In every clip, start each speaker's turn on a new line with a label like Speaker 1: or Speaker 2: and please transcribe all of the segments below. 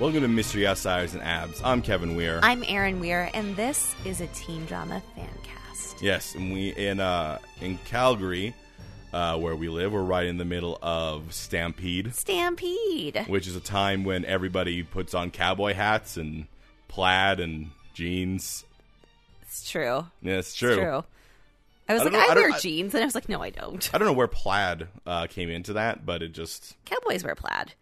Speaker 1: Welcome to Mystery Outsiders and Abs. I'm Kevin Weir.
Speaker 2: I'm Aaron Weir, and this is a teen drama fan cast.
Speaker 1: yes, and we in uh in Calgary, uh, where we live, we're right in the middle of Stampede,
Speaker 2: Stampede.
Speaker 1: which is a time when everybody puts on cowboy hats and plaid and jeans.
Speaker 2: It's true.
Speaker 1: Yeah, it's true.
Speaker 2: It's true. I was
Speaker 1: I don't
Speaker 2: like,
Speaker 1: know-
Speaker 2: I,
Speaker 1: I don't-
Speaker 2: wear
Speaker 1: I-
Speaker 2: jeans, and I was like, no, I don't.
Speaker 1: I don't know where plaid uh, came into that, but it just
Speaker 2: Cowboys wear plaid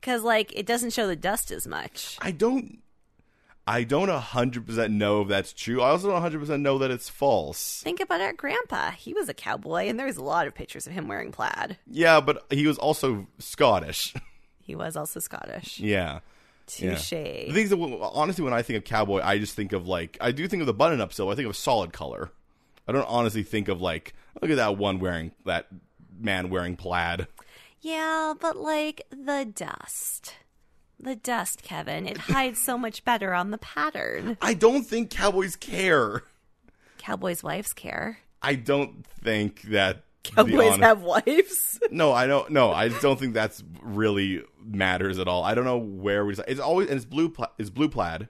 Speaker 2: because, like, it doesn't show the dust as much.
Speaker 1: I don't I don't hundred percent know if that's true. I also don't hundred percent know that it's false.
Speaker 2: Think about our grandpa. He was a cowboy, and there was a lot of pictures of him wearing plaid.
Speaker 1: Yeah, but he was also Scottish.
Speaker 2: He was also Scottish.
Speaker 1: yeah. Yeah.
Speaker 2: Touche.
Speaker 1: The things that honestly, when I think of cowboy, I just think of like I do think of the button up. So I think of solid color. I don't honestly think of like look at that one wearing that man wearing plaid.
Speaker 2: Yeah, but like the dust. The dust, Kevin. It hides so much better on the pattern.
Speaker 1: I don't think cowboys care.
Speaker 2: Cowboys' wives care.
Speaker 1: I don't think that the
Speaker 2: Cowboys
Speaker 1: hon-
Speaker 2: have wives.
Speaker 1: No, I don't. No, I just don't think that's really matters at all. I don't know where we. It's always and it's blue. Pla- it's blue plaid.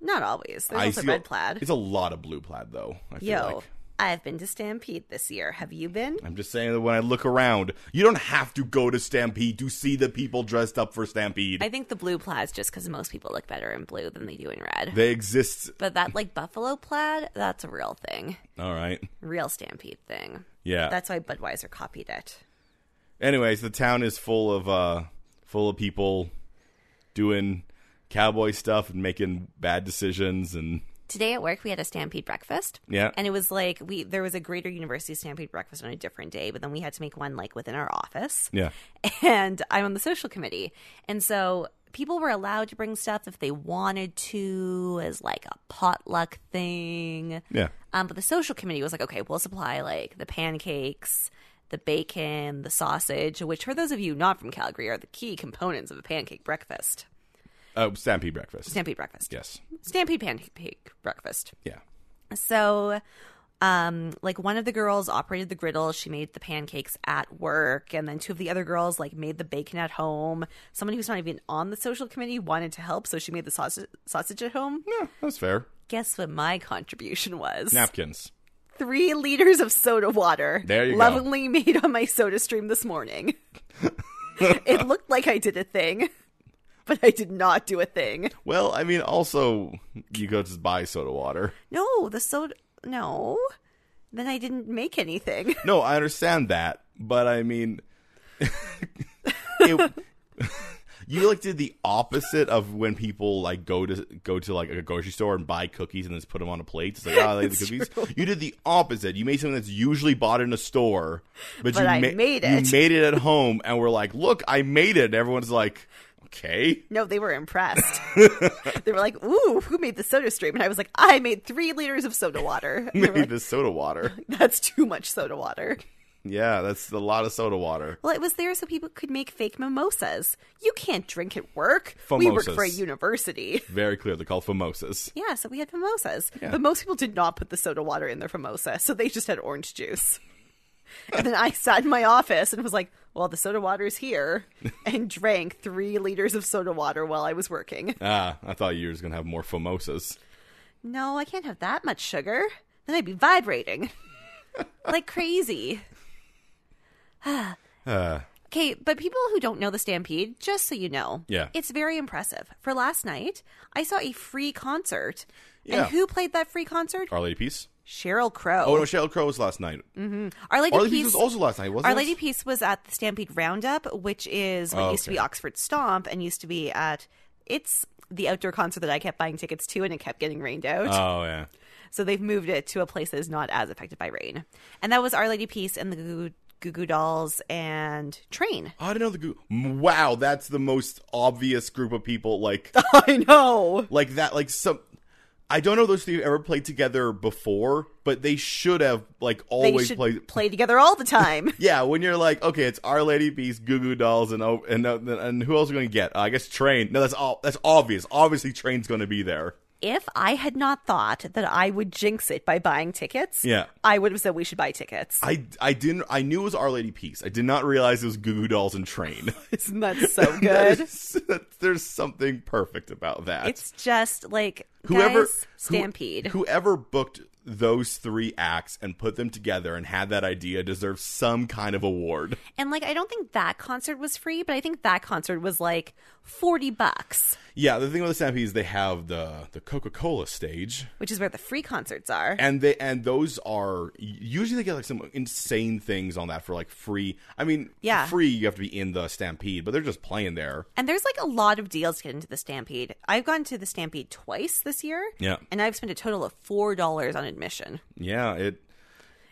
Speaker 2: Not always. There's
Speaker 1: I
Speaker 2: also
Speaker 1: see-
Speaker 2: red plaid.
Speaker 1: It's a lot of blue plaid though. I feel
Speaker 2: Yo,
Speaker 1: like.
Speaker 2: I've been to Stampede this year. Have you been?
Speaker 1: I'm just saying that when I look around, you don't have to go to Stampede to see the people dressed up for Stampede.
Speaker 2: I think the blue plaid's just because most people look better in blue than they do in red.
Speaker 1: they exist.
Speaker 2: but that like buffalo plaid, that's a real thing,
Speaker 1: All right.
Speaker 2: real Stampede thing.
Speaker 1: Yeah.
Speaker 2: That's why Budweiser copied it.
Speaker 1: Anyways, the town is full of uh full of people doing cowboy stuff and making bad decisions and
Speaker 2: Today at work, we had a Stampede breakfast.
Speaker 1: yeah.
Speaker 2: And it was like we there was a Greater University Stampede breakfast on a different day, but then we had to make one like within our office.
Speaker 1: yeah.
Speaker 2: and I'm on the social committee. And so people were allowed to bring stuff if they wanted to as like a potluck thing.
Speaker 1: Yeah.
Speaker 2: Um, but the social committee was like, okay, we'll supply like the pancakes, the bacon, the sausage, which for those of you not from Calgary are the key components of a pancake breakfast.
Speaker 1: Oh, Stampede breakfast.
Speaker 2: Stampede breakfast.
Speaker 1: yes.
Speaker 2: Stampede pancake breakfast.
Speaker 1: Yeah.
Speaker 2: So, um, like one of the girls operated the griddle. She made the pancakes at work, and then two of the other girls like made the bacon at home. Someone who's not even on the social committee wanted to help, so she made the sausage sausage at home.
Speaker 1: Yeah, that's fair.
Speaker 2: Guess what my contribution was?
Speaker 1: Napkins.
Speaker 2: Three liters of soda water.
Speaker 1: There you go.
Speaker 2: lovingly made on my soda stream this morning. it looked like I did a thing, but I did not do a thing.
Speaker 1: Well, I mean, also you go to buy soda water.
Speaker 2: No, the soda. No, then I didn't make anything.
Speaker 1: No, I understand that, but I mean, it, you like did the opposite of when people like go to go to like a grocery store and buy cookies and just put them on a plate. It's like, oh, I like the
Speaker 2: It's
Speaker 1: cookies.
Speaker 2: true.
Speaker 1: You did the opposite. You made something that's usually bought in a store, but,
Speaker 2: But
Speaker 1: you
Speaker 2: I
Speaker 1: ma-
Speaker 2: made
Speaker 1: You
Speaker 2: it.
Speaker 1: made it at home, and we're like, look, I made it. And everyone's like, okay.
Speaker 2: No, they were impressed. they were like, "Ooh, who made the soda stream?" And I was like, "I made three liters of soda water." And they were
Speaker 1: Maybe
Speaker 2: like,
Speaker 1: this soda water.
Speaker 2: That's too much soda water.
Speaker 1: Yeah, that's a lot of soda water.
Speaker 2: Well, it was there so people could make fake mimosas. You can't drink at work. We work
Speaker 1: Famosas.
Speaker 2: for a university.
Speaker 1: Very clear. They're called famosas.
Speaker 2: Yeah, so we had mimosas. But most people did not put the soda water in their mimosa, so they just had orange juice. and then I sat in my office and was like, "Well, the soda water is here," and drank three liters of soda water while I was working.
Speaker 1: Ah, I thought you were going to have more famosas.
Speaker 2: No, I can't have that much sugar. Then I'd be vibrating like crazy.
Speaker 1: Uh,
Speaker 2: Okay, but people who don't know the Stampede, just so you know,
Speaker 1: Yeah.
Speaker 2: it's very impressive. For last night, I saw a free concert.
Speaker 1: Yeah.
Speaker 2: And who played that free concert?
Speaker 1: Our Lady Peace?
Speaker 2: Cheryl Crow.
Speaker 1: Oh, no, Cheryl Crow was last night.
Speaker 2: Our Lady,
Speaker 1: Our Lady
Speaker 2: Peace,
Speaker 1: Peace was also last night, wasn't
Speaker 2: Mm. Our
Speaker 1: it?
Speaker 2: Lady Peace was at the Stampede Roundup, which is what
Speaker 1: Oh,
Speaker 2: used to be
Speaker 1: okay.
Speaker 2: Oxford Stomp and used to be at it's the outdoor concert that I kept buying tickets to and it kept getting rained out.
Speaker 1: Oh, yeah.
Speaker 2: So they've moved it to a place that is not as affected by rain. And that was Our Lady Peace and the Goo Goo- Goo Goo Dolls and Train.
Speaker 1: Oh, I didn't know the group. Wow, that's the most obvious group of people. Like,
Speaker 2: I know.
Speaker 1: like that. Like some. I don't know those three have ever played together before, but they should have. Like
Speaker 2: They
Speaker 1: always
Speaker 2: should
Speaker 1: played.
Speaker 2: play together all the time.
Speaker 1: Yeah, when you're like, okay, it's Our Lady Peace, Goo Goo Dolls, and oh, and uh, and who else are we gonna get? Uh, I guess Train. No, that's all. That's obvious. Obviously, Train's gonna be there.
Speaker 2: if I had not thought that I would jinx it by buying tickets,
Speaker 1: Yeah.
Speaker 2: I would have said we should buy tickets.
Speaker 1: I, I didn't I knew it was Our Lady Peace. I did not realize it was Goo Goo Dolls and Train.
Speaker 2: Isn't that so
Speaker 1: That
Speaker 2: good?
Speaker 1: is- that- there's something perfect about that.
Speaker 2: it's just like
Speaker 1: whoever
Speaker 2: guys,
Speaker 1: who-
Speaker 2: stampede.
Speaker 1: whoever booked those three acts and put them together and had that idea deserves some kind of award.
Speaker 2: and like, I don't think that concert was free, but I think that concert was like forty bucks,
Speaker 1: Yeah, the thing with the Stampede is they have the the Coca Cola stage,
Speaker 2: which is where the free concerts are.
Speaker 1: and they and those are usually they get like some insane things on that for like free. I mean,
Speaker 2: Yeah.
Speaker 1: free you have to be in the Stampede, but they're just playing there.
Speaker 2: And there's like a lot of deals to get into the Stampede. I've gone to the Stampede twice this year.
Speaker 1: Yeah.
Speaker 2: And I've spent a total of $4 on admission.
Speaker 1: Yeah, it.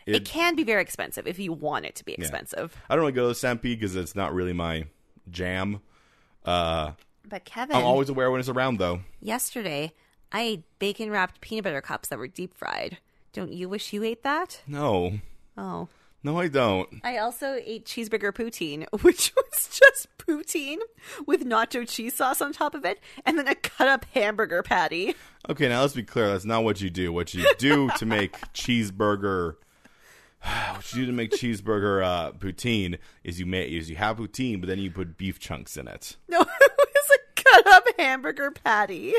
Speaker 2: It,
Speaker 1: It-
Speaker 2: can be very expensive if you want it to be expensive.
Speaker 1: I don't really go to the Stampede because it's not really my jam. Uh,
Speaker 2: But Kevin,
Speaker 1: I'm always aware when it's around though.
Speaker 2: yesterday I ate bacon wrapped peanut butter cups that were deep fried. Don't you wish you ate that?
Speaker 1: No,
Speaker 2: Oh.
Speaker 1: no, I don't.
Speaker 2: I also ate cheeseburger poutine, which was just poutine with nacho cheese sauce on top of it, and then a cut up hamburger patty.
Speaker 1: Okay, now let's be clear. That's not what you do. What you do to make cheeseburger, what you do to make cheeseburger uh, poutine is you make is you have poutine, but then you put beef chunks in it.
Speaker 2: No, it was a cut up hamburger patty.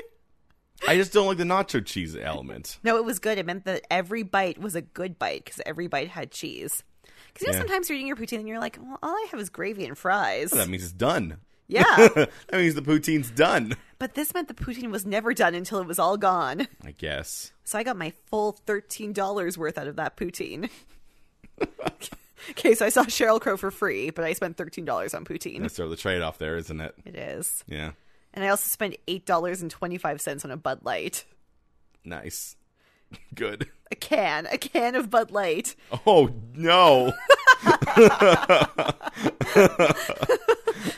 Speaker 1: I just don't like the nacho cheese element.
Speaker 2: No, it was good. It meant that every bite was a good bite because every bite had cheese. Because you know,
Speaker 1: Yeah.
Speaker 2: sometimes you're eating your poutine and you're like, well, all I have is gravy and fries.
Speaker 1: That means it's done.
Speaker 2: yeah.
Speaker 1: that means the poutine's done.
Speaker 2: but this meant the poutine was never done until it was all gone.
Speaker 1: I guess.
Speaker 2: So I got my full $13 worth out of that poutine. okay, so I saw Cheryl Crow for free, but I spent $13 on poutine.
Speaker 1: That's sort of the trade off there, isn't it?
Speaker 2: It is.
Speaker 1: Yeah.
Speaker 2: And I also spent $8.25 on a Bud Light.
Speaker 1: Nice. Good.
Speaker 2: A can, a can of Bud Light.
Speaker 1: Oh no.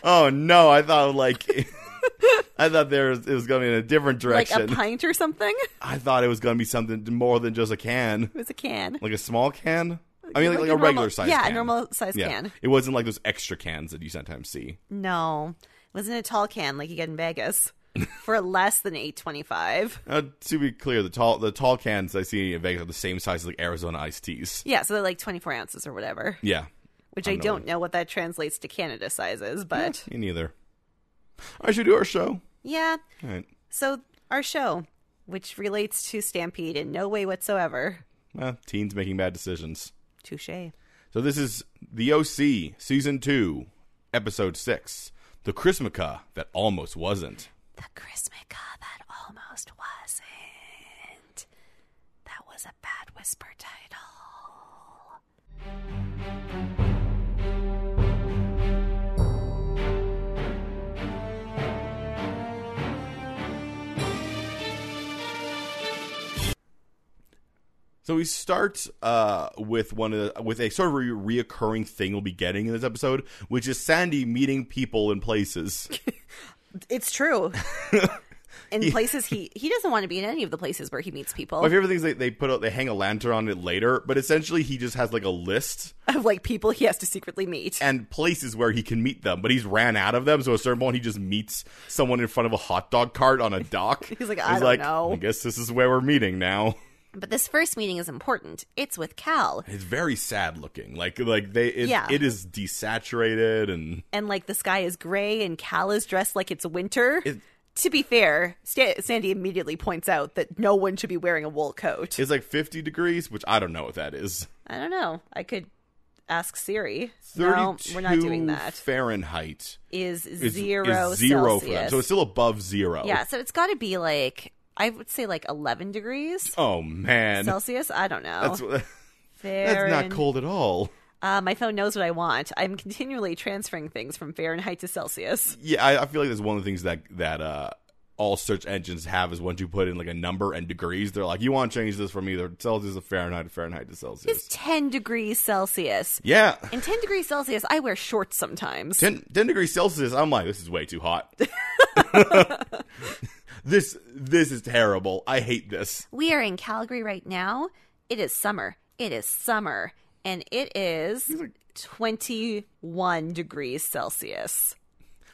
Speaker 1: oh no, I thought like I thought there was, it was going in a different
Speaker 2: Like
Speaker 1: direction.
Speaker 2: a pint or something. It
Speaker 1: I thought it was going to be something more than just a can,
Speaker 2: was a can.
Speaker 1: like a small can. I mean, like, like a,
Speaker 2: normal-
Speaker 1: regular size.
Speaker 2: Yeah,
Speaker 1: can.
Speaker 2: a normal size
Speaker 1: Yeah.
Speaker 2: can.
Speaker 1: It wasn't like those extra cans that you sometimes see.
Speaker 2: No, it wasn't a tall can like you get in Vegas for less than eight twenty five.
Speaker 1: Uh, to be clear, the tall the tall cans I see in Vegas are the same size as like Arizona iced teas.
Speaker 2: Yeah, so they're like twenty four ounces or whatever.
Speaker 1: Yeah,
Speaker 2: Which I,
Speaker 1: know.
Speaker 2: don't know what that translates to Canada sizes, but
Speaker 1: me neither. I should do our show.
Speaker 2: yeah.
Speaker 1: All right.
Speaker 2: So our show, which relates to Stampede in no way whatsoever.
Speaker 1: Uh, teens making bad decisions.
Speaker 2: Touche.
Speaker 1: So this is The OC, Season 2, Episode 6, The Chrismica That Almost Wasn't.
Speaker 2: The Chrismica that almost wasn't. That was a bad whisper title.
Speaker 1: So we start uh, with one of the, with a sort of re- reoccurring thing we'll be getting in this episode, which is Sandy meeting people in places.
Speaker 2: It's true. In places he he doesn't want to be in any of the places where he meets people.
Speaker 1: My favorite thing is they, they put out, they hang a lantern on it later, but essentially he just has like a list
Speaker 2: of like people he has to secretly meet.
Speaker 1: and places where he can meet them, but he's ran out of them. So at a certain point, he just meets someone in front of a hot dog cart on a dock.
Speaker 2: He's like, "I don't know."
Speaker 1: I guess this is where we're meeting now.
Speaker 2: But this first meeting is important. It's with Cal.
Speaker 1: It's very sad looking. Like like they it,
Speaker 2: Yeah.
Speaker 1: it is desaturated and
Speaker 2: And like the sky is gray and Cal is dressed like it's winter.
Speaker 1: It-
Speaker 2: to be fair, Sta Sandy immediately points out that no one should be wearing a wool coat.
Speaker 1: it's like 50 degrees, which I don't know what that is.
Speaker 2: I don't know. I could ask Siri. No, we're not
Speaker 1: 32
Speaker 2: doing that.
Speaker 1: Fahrenheit
Speaker 2: Is
Speaker 1: is
Speaker 2: zero
Speaker 1: is zero for them.
Speaker 2: Celsius.
Speaker 1: So it's still above zero.
Speaker 2: yeah, so it's got to be like I would say like 11 degrees
Speaker 1: Oh man.
Speaker 2: Celsius. I don't know.
Speaker 1: that's that's
Speaker 2: Fahrenheit.
Speaker 1: not cold at all.
Speaker 2: Uh, my phone knows what I want. I'm continually transferring things from Fahrenheit to Celsius.
Speaker 1: Yeah, I, I feel like that's one of the things that that uh all search engines have is once you put in like a number and degrees, they're like, you want to change this from either Celsius to Fahrenheit or Fahrenheit to
Speaker 2: It's
Speaker 1: Celsius.
Speaker 2: 10 degrees Celsius.
Speaker 1: Yeah.
Speaker 2: In 10 degrees Celsius, I wear shorts sometimes.
Speaker 1: 10, 10 degrees Celsius, I'm like, this is way too hot. this this is terrible. I hate this.
Speaker 2: We are in Calgary right now. It is summer. It is summer. And it is 21 degrees Celsius.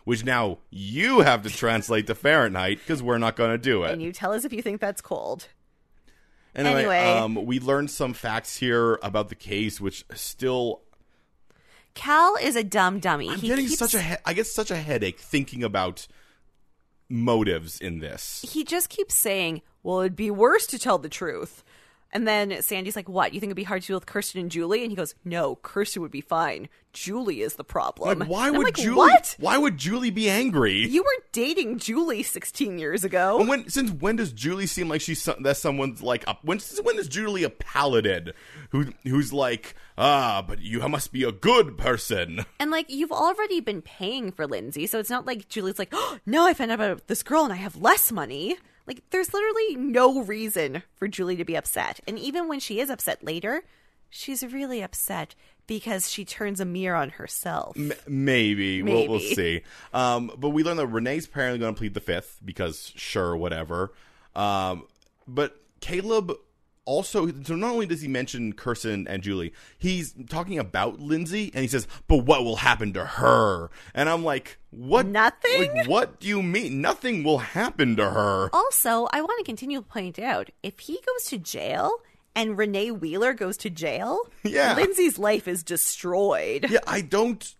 Speaker 1: which now you have to translate to Fahrenheit because we're not going to do it.
Speaker 2: And you tell us if you think that's cold.
Speaker 1: Anyway,
Speaker 2: Anyway.
Speaker 1: Um, we learned some facts here about the case, which still
Speaker 2: Cal is a dumb dummy.
Speaker 1: I'm
Speaker 2: he
Speaker 1: getting
Speaker 2: keeps,
Speaker 1: such a he- I get such a headache thinking about motives in this.
Speaker 2: he just keeps saying, "Well, it'd be worse to tell the truth." And then Sandy's like, "What? You think it'd be hard to deal with Kirsten and Julie?" And he goes, "No, Kirsten would be fine. Julie is the problem."
Speaker 1: Like, why
Speaker 2: And I'm
Speaker 1: would
Speaker 2: like,
Speaker 1: Julie?
Speaker 2: What?
Speaker 1: Why would Julie be angry?
Speaker 2: You were dating Julie 16 years
Speaker 1: And
Speaker 2: ago.
Speaker 1: when since when does Julie seem like she's some, that someone's like a, when since when is Julie a paladin who who's like ah but you must be a good person
Speaker 2: And like you've already been paying for Lindsay, so it's not like Julie's like, "Oh, "No, I found out about this girl and I have less money." Like there's literally no reason for Julie to be upset. And even when she is upset later, she's really upset because she turns a mirror on herself.
Speaker 1: M- maybe, We'll, we'll
Speaker 2: Maybe.
Speaker 1: see um but we learn that Renee's apparently going to plead the fifth because sure whatever um but Caleb also so not only does he mention Kirsten and Julie he's talking about Lindsay and he says but what will happen to her and I'm like what
Speaker 2: Nothing?
Speaker 1: like, what do you mean nothing will happen to her
Speaker 2: Also, I want to continue to point out if he goes to jail and Renee Wheeler goes to jail,
Speaker 1: Yeah.
Speaker 2: Lindsay's life is destroyed.
Speaker 1: Yeah, I don't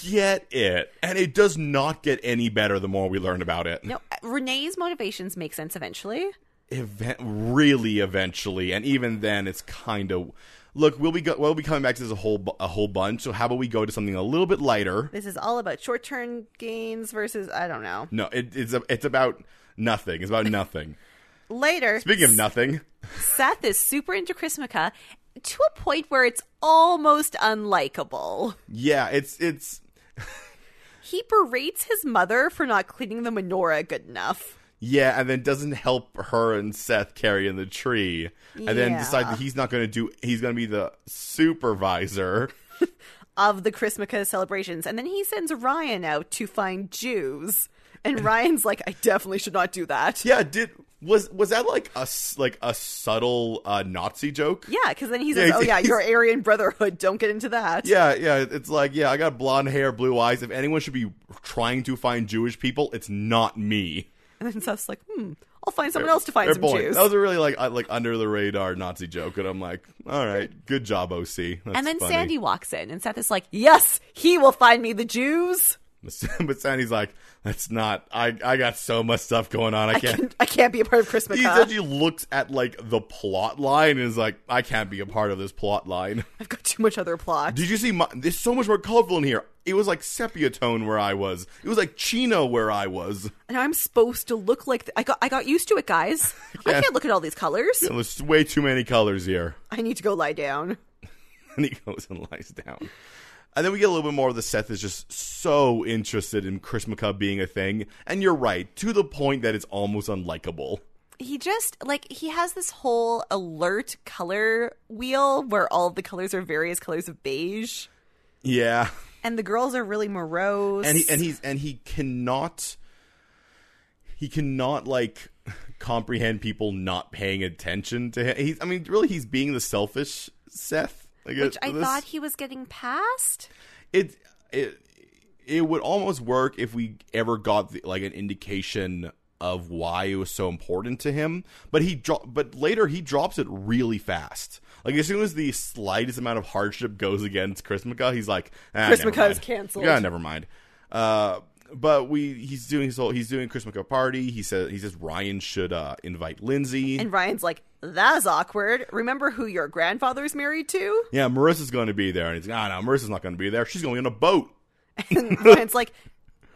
Speaker 1: get it. And it does not get any better the more we learn about it.
Speaker 2: No, Renee's motivations make sense eventually.
Speaker 1: Event- really eventually, and even then it's kind of Look, we'll be go- we'll be coming back to this a whole bu- a whole bunch. So how about we go to something a little bit lighter?
Speaker 2: This is all about short-term gains versus I don't know.
Speaker 1: No, it, it's a, it's about nothing. It's about nothing.
Speaker 2: Later,
Speaker 1: Speaking of nothing,
Speaker 2: Seth is super into Chrismica to a point where it's almost unlikable.
Speaker 1: yeah, it's it's
Speaker 2: He berates his mother for not cleaning the menorah good enough.
Speaker 1: Yeah, and then doesn't help her and Seth carry in the tree, and then
Speaker 2: Yeah.
Speaker 1: decides that he's not going to do. He's going to be the supervisor.
Speaker 2: of the Chrismica celebrations. And then he sends Ryan out to find Jews. And Ryan's like, I definitely should not do that.
Speaker 1: Yeah, did was was that like a s- like a subtle uh, Nazi joke?
Speaker 2: Yeah, because then he says,
Speaker 1: Yeah,
Speaker 2: Oh,
Speaker 1: he's-
Speaker 2: yeah, your Aryan Brotherhood. Don't get into that.
Speaker 1: Yeah, yeah, it's like yeah, I got blonde hair, blue eyes. If anyone should be trying to find Jewish people, it's not me.
Speaker 2: And then Seth's like, Hmm, I'll find someone else to find
Speaker 1: Fair
Speaker 2: some
Speaker 1: point.
Speaker 2: Jews.
Speaker 1: That was a really like uh, like under the radar Nazi joke, and I'm like, all right, good job, OC. That's
Speaker 2: and then
Speaker 1: funny.
Speaker 2: Sandy walks in, and Seth is like, Yes, he will find me the Jews.
Speaker 1: but Sandy's like, that's not. I I got so much stuff going on. I
Speaker 2: I
Speaker 1: can't.
Speaker 2: can't, I can't be a part of
Speaker 1: He
Speaker 2: Chrismica.
Speaker 1: essentially looks at like the plot line and is like, I can't be a part of this plot line.
Speaker 2: I've got too much other plot.
Speaker 1: Did you see? My, there's so much more colorful in here. It was like sepia tone where I was. It was like chino where I was.
Speaker 2: And I'm supposed to look like. Th- I, got, I got used to it, guys.
Speaker 1: Yeah.
Speaker 2: I can't look at all these colors.
Speaker 1: There's way too many colors here.
Speaker 2: I need to go lie down.
Speaker 1: And he goes and lies down. And then we get a little bit more of the Seth is just so interested in Chris McCubb being a thing. And you're right, to the point that it's almost unlikable.
Speaker 2: he just like he has this whole alert color wheel where all of the colors are various colors of beige
Speaker 1: Yeah.
Speaker 2: and the girls are really morose
Speaker 1: and he and he's and he cannot he cannot like comprehend people not paying attention to him. He's I mean really he's being the selfish Seth. Like,
Speaker 2: which i
Speaker 1: this-
Speaker 2: thought he was getting past
Speaker 1: it it it would almost work if we ever got the, like an indication of why it was so important to him. But he dro- but later he drops it really fast. Like as soon as the slightest amount of hardship goes against Chris McCaw, he's like, ah,
Speaker 2: Chris
Speaker 1: never
Speaker 2: McCaw is
Speaker 1: mind.
Speaker 2: canceled.
Speaker 1: Yeah, never mind. Uh, but we he's doing his whole he's doing Chris McCaw party. He says he says Ryan should uh, invite Lindsay.
Speaker 2: and ryan's like that's awkward remember who your grandfather's married to
Speaker 1: yeah, Marissa's going to be there, and he's like, ah, no, Marissa's not going to be there. She's going to be on a boat.
Speaker 2: and ryan's like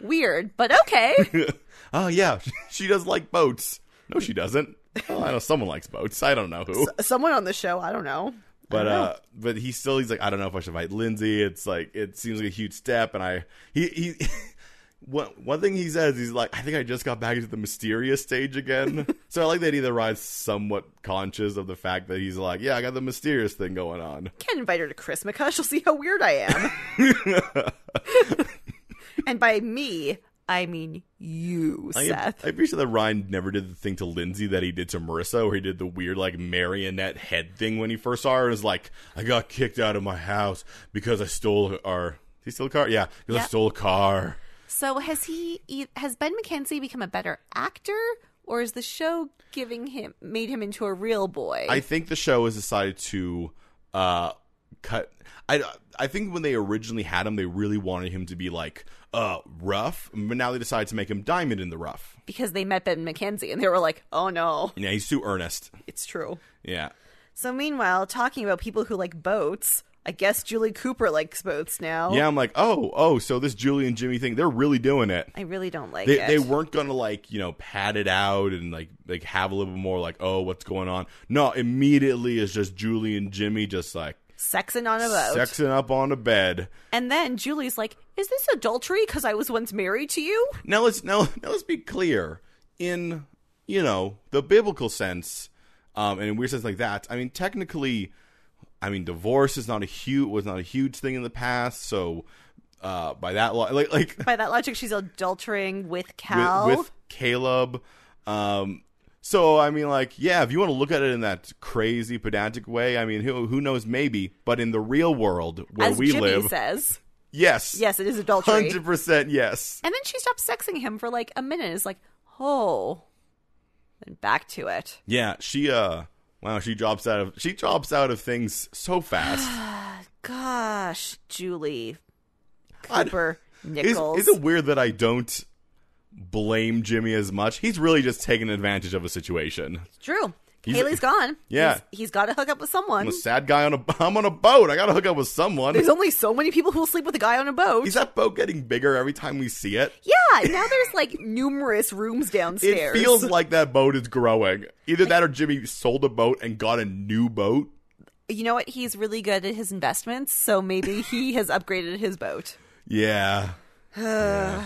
Speaker 2: weird but okay
Speaker 1: oh yeah, she does like boats. No, she doesn't. Well, I know someone likes boats. I don't know who,
Speaker 2: someone on the show i don't know
Speaker 1: but uh, but he still he's like I don't know if I should invite Lindsay. It's like it seems like a huge step, and I he he. One, one thing he says, he's like, I think I just got back into the mysterious stage again. so I like that either Ryan's somewhat conscious of the fact that he's like, yeah, I got the mysterious thing going on.
Speaker 2: can't invite her to Chrismica. She'll see how weird I am. and by me, I mean you,
Speaker 1: I,
Speaker 2: Seth.
Speaker 1: I appreciate that Ryan never did the thing to Lindsay that he did to Marissa, where he did the weird like marionette head thing when he first saw her. It was like, I got kicked out of my house because I stole our. he steal a car? Yeah, because I
Speaker 2: Yep.
Speaker 1: stole a car.
Speaker 2: So has he? e- Has Ben McKenzie become a better actor, or is the show giving him made him into a real boy?
Speaker 1: I think the show has decided to uh, cut. I I think when they originally had him, they really wanted him to be like uh, rough, but now they decided to make him diamond in the rough.
Speaker 2: because they met Ben McKenzie and they were like, "Oh no,
Speaker 1: Yeah, he's too earnest.
Speaker 2: it's true."
Speaker 1: Yeah,
Speaker 2: So meanwhile, talking about people who like boats, I guess Julie Cooper likes boats now.
Speaker 1: yeah. I'm like, oh, oh. So this Julie and Jimmy thing, they're really doing it.
Speaker 2: I really don't like
Speaker 1: They,
Speaker 2: it.
Speaker 1: they weren't gonna like you know pad it out and like like have a little bit more like oh what's going on no immediately it's just Julie and Jimmy just like
Speaker 2: sexing on a boat.
Speaker 1: sexing up on a bed
Speaker 2: And then Julie's like, "Is this adultery? Because I was once married to you."
Speaker 1: Now let's now, now let's be clear in you know the biblical sense, um, and in weird sense like that. I mean, technically, I mean, divorce is not a huge was not a huge thing in the past. So uh, by that law, like like
Speaker 2: By that logic, she's adultering with Cal.
Speaker 1: with, with Caleb. Um, so I mean, like, yeah, if you want to look at it in that crazy pedantic way, I mean, who who knows? Maybe, but in the real world where
Speaker 2: as
Speaker 1: we
Speaker 2: Jimmy
Speaker 1: live,
Speaker 2: says,
Speaker 1: yes,
Speaker 2: yes, it is adultery.
Speaker 1: hundred percent, yes.
Speaker 2: And then she stops sexing him for like a minute. and Is like, oh, and back to it.
Speaker 1: Yeah, she uh wow, she drops out of she drops out of things so fast.
Speaker 2: Gosh, Julie
Speaker 1: God.
Speaker 2: Cooper
Speaker 1: is,
Speaker 2: Nichols.
Speaker 1: is it weird that I don't blame Jimmy as much? He's really just taking advantage of a situation.
Speaker 2: It's true.
Speaker 1: He's-
Speaker 2: Haley's gone.
Speaker 1: Yeah.
Speaker 2: He's- he's got to hook up with someone.
Speaker 1: I'm a sad guy on a I'm on a boat. I got to hook up with someone.
Speaker 2: There's only so many people who will sleep with a guy on a boat.
Speaker 1: Is that boat getting bigger every time we see it?
Speaker 2: yeah, now there's like numerous rooms
Speaker 1: It
Speaker 2: downstairs.
Speaker 1: feels like that boat is growing. Either that or Jimmy sold a boat and got a new boat.
Speaker 2: you know what? He's really good at his investments, so maybe he has upgraded his boat.
Speaker 1: Yeah. Yeah.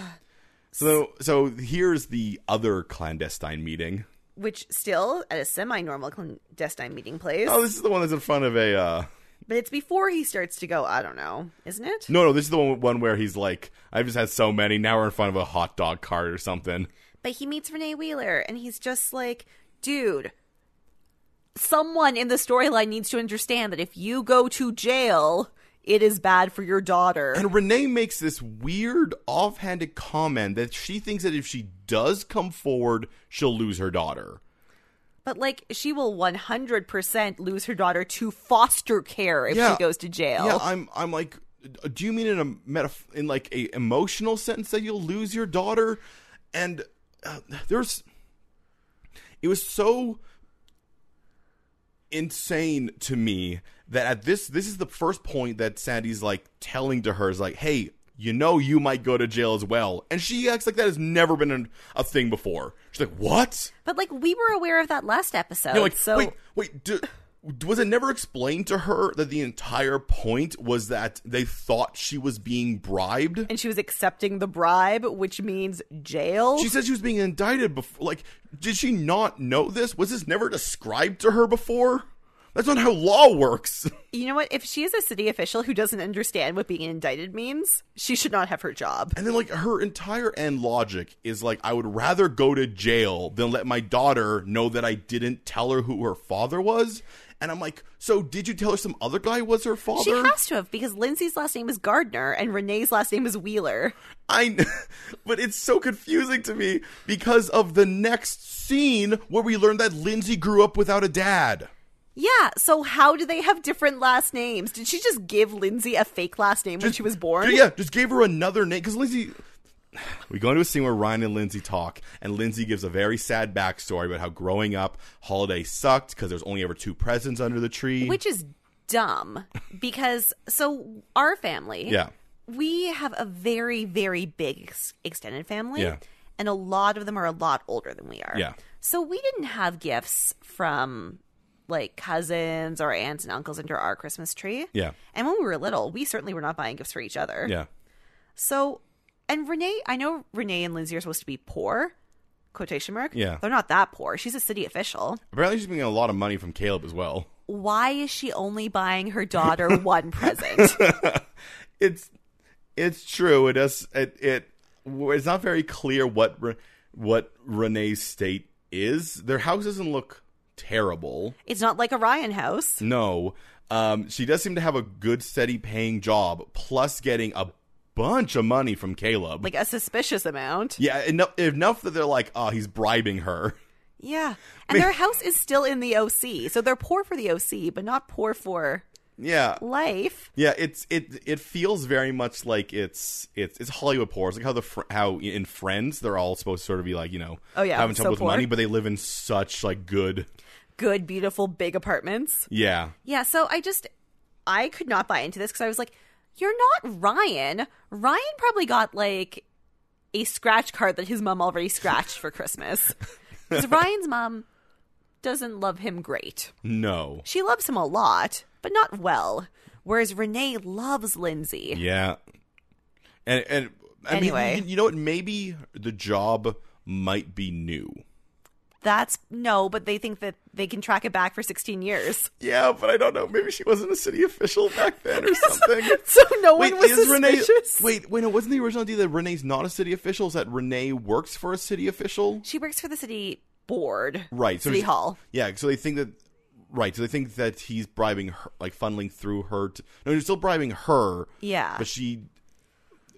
Speaker 1: So so here's the other clandestine meeting.
Speaker 2: Which still at a semi-normal clandestine meeting place,
Speaker 1: Oh, this is the one that's in front of a uh
Speaker 2: but it's before he starts to go. I don't know, isn't it?
Speaker 1: No, no, this is the one, one where he's like, I've just had so many. Now we're in front of a hot dog cart or something.
Speaker 2: But he meets Renee Wheeler and he's just like, dude, someone in the storyline needs to understand that if you go to jail, it is bad for your daughter.
Speaker 1: And Renee makes this weird offhanded comment that she thinks that if she does come forward, she'll lose her daughter.
Speaker 2: but like, she will 100% lose her daughter to foster care if
Speaker 1: Yeah.
Speaker 2: she goes to jail.
Speaker 1: Yeah, I'm, I'm like, do you mean in a metaf- in like a emotional sense that you'll lose your daughter? And uh, there's, it was so insane to me that at this this is the first point that Sandy's like telling to her is like, hey, you know you might go to jail as well, and she acts like that has never been an, a thing before. She's like, what?
Speaker 2: But like, we were aware of that last episode.
Speaker 1: You know, like,
Speaker 2: Oh, so
Speaker 1: wait, wait, do, was it never explained to her that the entire point was that they thought she was being bribed?
Speaker 2: and she was accepting the bribe, which means jail.
Speaker 1: She said she was being indicted before. Like, did she not know this? Was this never described to her before? That's not how law works.
Speaker 2: you know what? If she is a city official who doesn't understand what being indicted means, she should not have her job.
Speaker 1: And then, like, her entire end logic is like, I would rather go to jail than let my daughter know that I didn't tell her who her father was. And I'm like, so did you tell her some other guy was her father?
Speaker 2: She has to have because Lindsay's last name is Gardner and Renee's last name is Wheeler.
Speaker 1: I, kn- but it's so confusing to me because of the next scene where we learn that Lindsay grew up without a dad.
Speaker 2: Yeah, so how do they have different last names? Did she just give Lindsay a fake last name when she was born?
Speaker 1: Yeah, just gave her another name because Lindsay. We go into a scene where Ryan and Lindsay talk, and Lindsay gives a very sad backstory about how growing up, holiday sucked because there's only ever two presents under the tree.
Speaker 2: Which is dumb because so our family,
Speaker 1: Yeah.
Speaker 2: we have a very very big ex- extended family,
Speaker 1: Yeah.
Speaker 2: and a lot of them are a lot older than we are.
Speaker 1: Yeah.
Speaker 2: so we didn't have gifts from like cousins or aunts and uncles under our Christmas tree.
Speaker 1: Yeah.
Speaker 2: and when we were little, we certainly were not buying gifts for each other.
Speaker 1: Yeah.
Speaker 2: So, and Renee, I know Renee and Lindsay are supposed to be poor, quotation mark.
Speaker 1: Yeah.
Speaker 2: They're not that poor. She's a city official.
Speaker 1: Apparently, she's been getting a lot of money from Caleb as well.
Speaker 2: Why is she only buying her daughter one present?
Speaker 1: it's it's true. It does it it it's not very clear what Re- what Renee's state is. Their house doesn't look terrible.
Speaker 2: It's not like a Ryan house.
Speaker 1: No. Um, she does seem to have a good, steady paying job, plus getting a bunch of money from Caleb.
Speaker 2: like a suspicious amount.
Speaker 1: yeah, enough, enough that they're like, oh, he's bribing her.
Speaker 2: Yeah. And their house is still in the OC. So they're poor for the OC, but not poor for
Speaker 1: Yeah.
Speaker 2: life.
Speaker 1: Yeah, it's it it feels very much like it's it's it's Hollywood poor. It's like how the fr- how in Friends they're all supposed to sort of be like you know
Speaker 2: Oh, yeah,
Speaker 1: having
Speaker 2: so
Speaker 1: trouble with
Speaker 2: poor.
Speaker 1: money, but they live in such like good
Speaker 2: Good, beautiful, big apartments.
Speaker 1: yeah
Speaker 2: Yeah. So I just, I could not buy into this because I was like, you're not Ryan. Ryan probably got like a scratch card that his mom already scratched for Christmas. Because Ryan's mom doesn't love him great.
Speaker 1: no
Speaker 2: She loves him a lot, but not well. Whereas Renee loves Lindsay.
Speaker 1: yeah, and and I
Speaker 2: Anyway.
Speaker 1: mean you, you know what maybe the job might be new.
Speaker 2: That's no, but they think that they can track it back for 16 years.
Speaker 1: Yeah, but I don't know. Maybe she wasn't a city official back then or something.
Speaker 2: So no
Speaker 1: Wait,
Speaker 2: one was
Speaker 1: is Renee?
Speaker 2: suspicious.
Speaker 1: Wait, wait, no, wasn't the original idea that Renee's not a city official? Is that Renee works for a city official?
Speaker 2: She works for the city board.
Speaker 1: right so
Speaker 2: City
Speaker 1: he's-
Speaker 2: Hall.
Speaker 1: yeah so they think that right so they think that he's bribing her like funneling through her to, no he's still bribing her
Speaker 2: Yeah.
Speaker 1: but she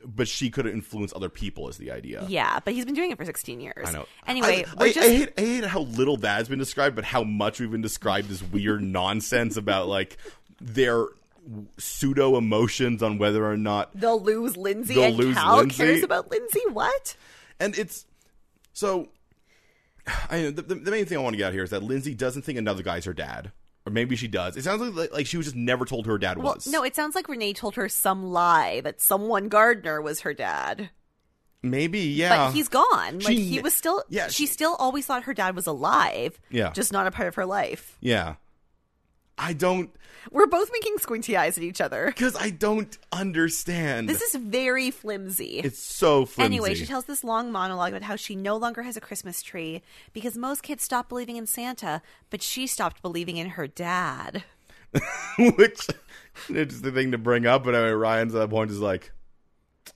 Speaker 1: but she could influence other people is the idea
Speaker 2: Yeah, but he's been doing it for 16 years.
Speaker 1: I know.
Speaker 2: Anyway,
Speaker 1: I,
Speaker 2: we're
Speaker 1: I-
Speaker 2: just
Speaker 1: I hate, I hate how little that has been described, but how much we've been described this weird nonsense about like their pseudo emotions on whether or not
Speaker 2: they'll lose Lindsay
Speaker 1: They'll
Speaker 2: and
Speaker 1: lose
Speaker 2: Cal
Speaker 1: Lindsay.
Speaker 2: cares about Lindsay. What?
Speaker 1: and it's so. I know the, the, the main thing I want to get out here is that Lindsay doesn't think another guy's her dad, or maybe she does. It sounds like like she was just never told who her dad
Speaker 2: Well,
Speaker 1: was.
Speaker 2: no, it sounds like Renee told her some lie that someone Gardner was her dad.
Speaker 1: maybe
Speaker 2: But
Speaker 1: yeah.
Speaker 2: he's gone. Like
Speaker 1: She
Speaker 2: he
Speaker 1: kn-
Speaker 2: was still
Speaker 1: Yeah,
Speaker 2: she
Speaker 1: she-
Speaker 2: still always thought her dad was alive.
Speaker 1: Yeah.
Speaker 2: Just not a part of her life.
Speaker 1: yeah. I don't
Speaker 2: We're both making squinty eyes at each other.
Speaker 1: because I don't understand.
Speaker 2: This is very flimsy.
Speaker 1: it's so flimsy.
Speaker 2: Anyway, she tells this long monologue about how she no longer has a Christmas tree because most kids stopped believing in Santa, but she stopped believing in her dad.
Speaker 1: which it's the thing to bring up. But anyway, Ryan's at that point is like,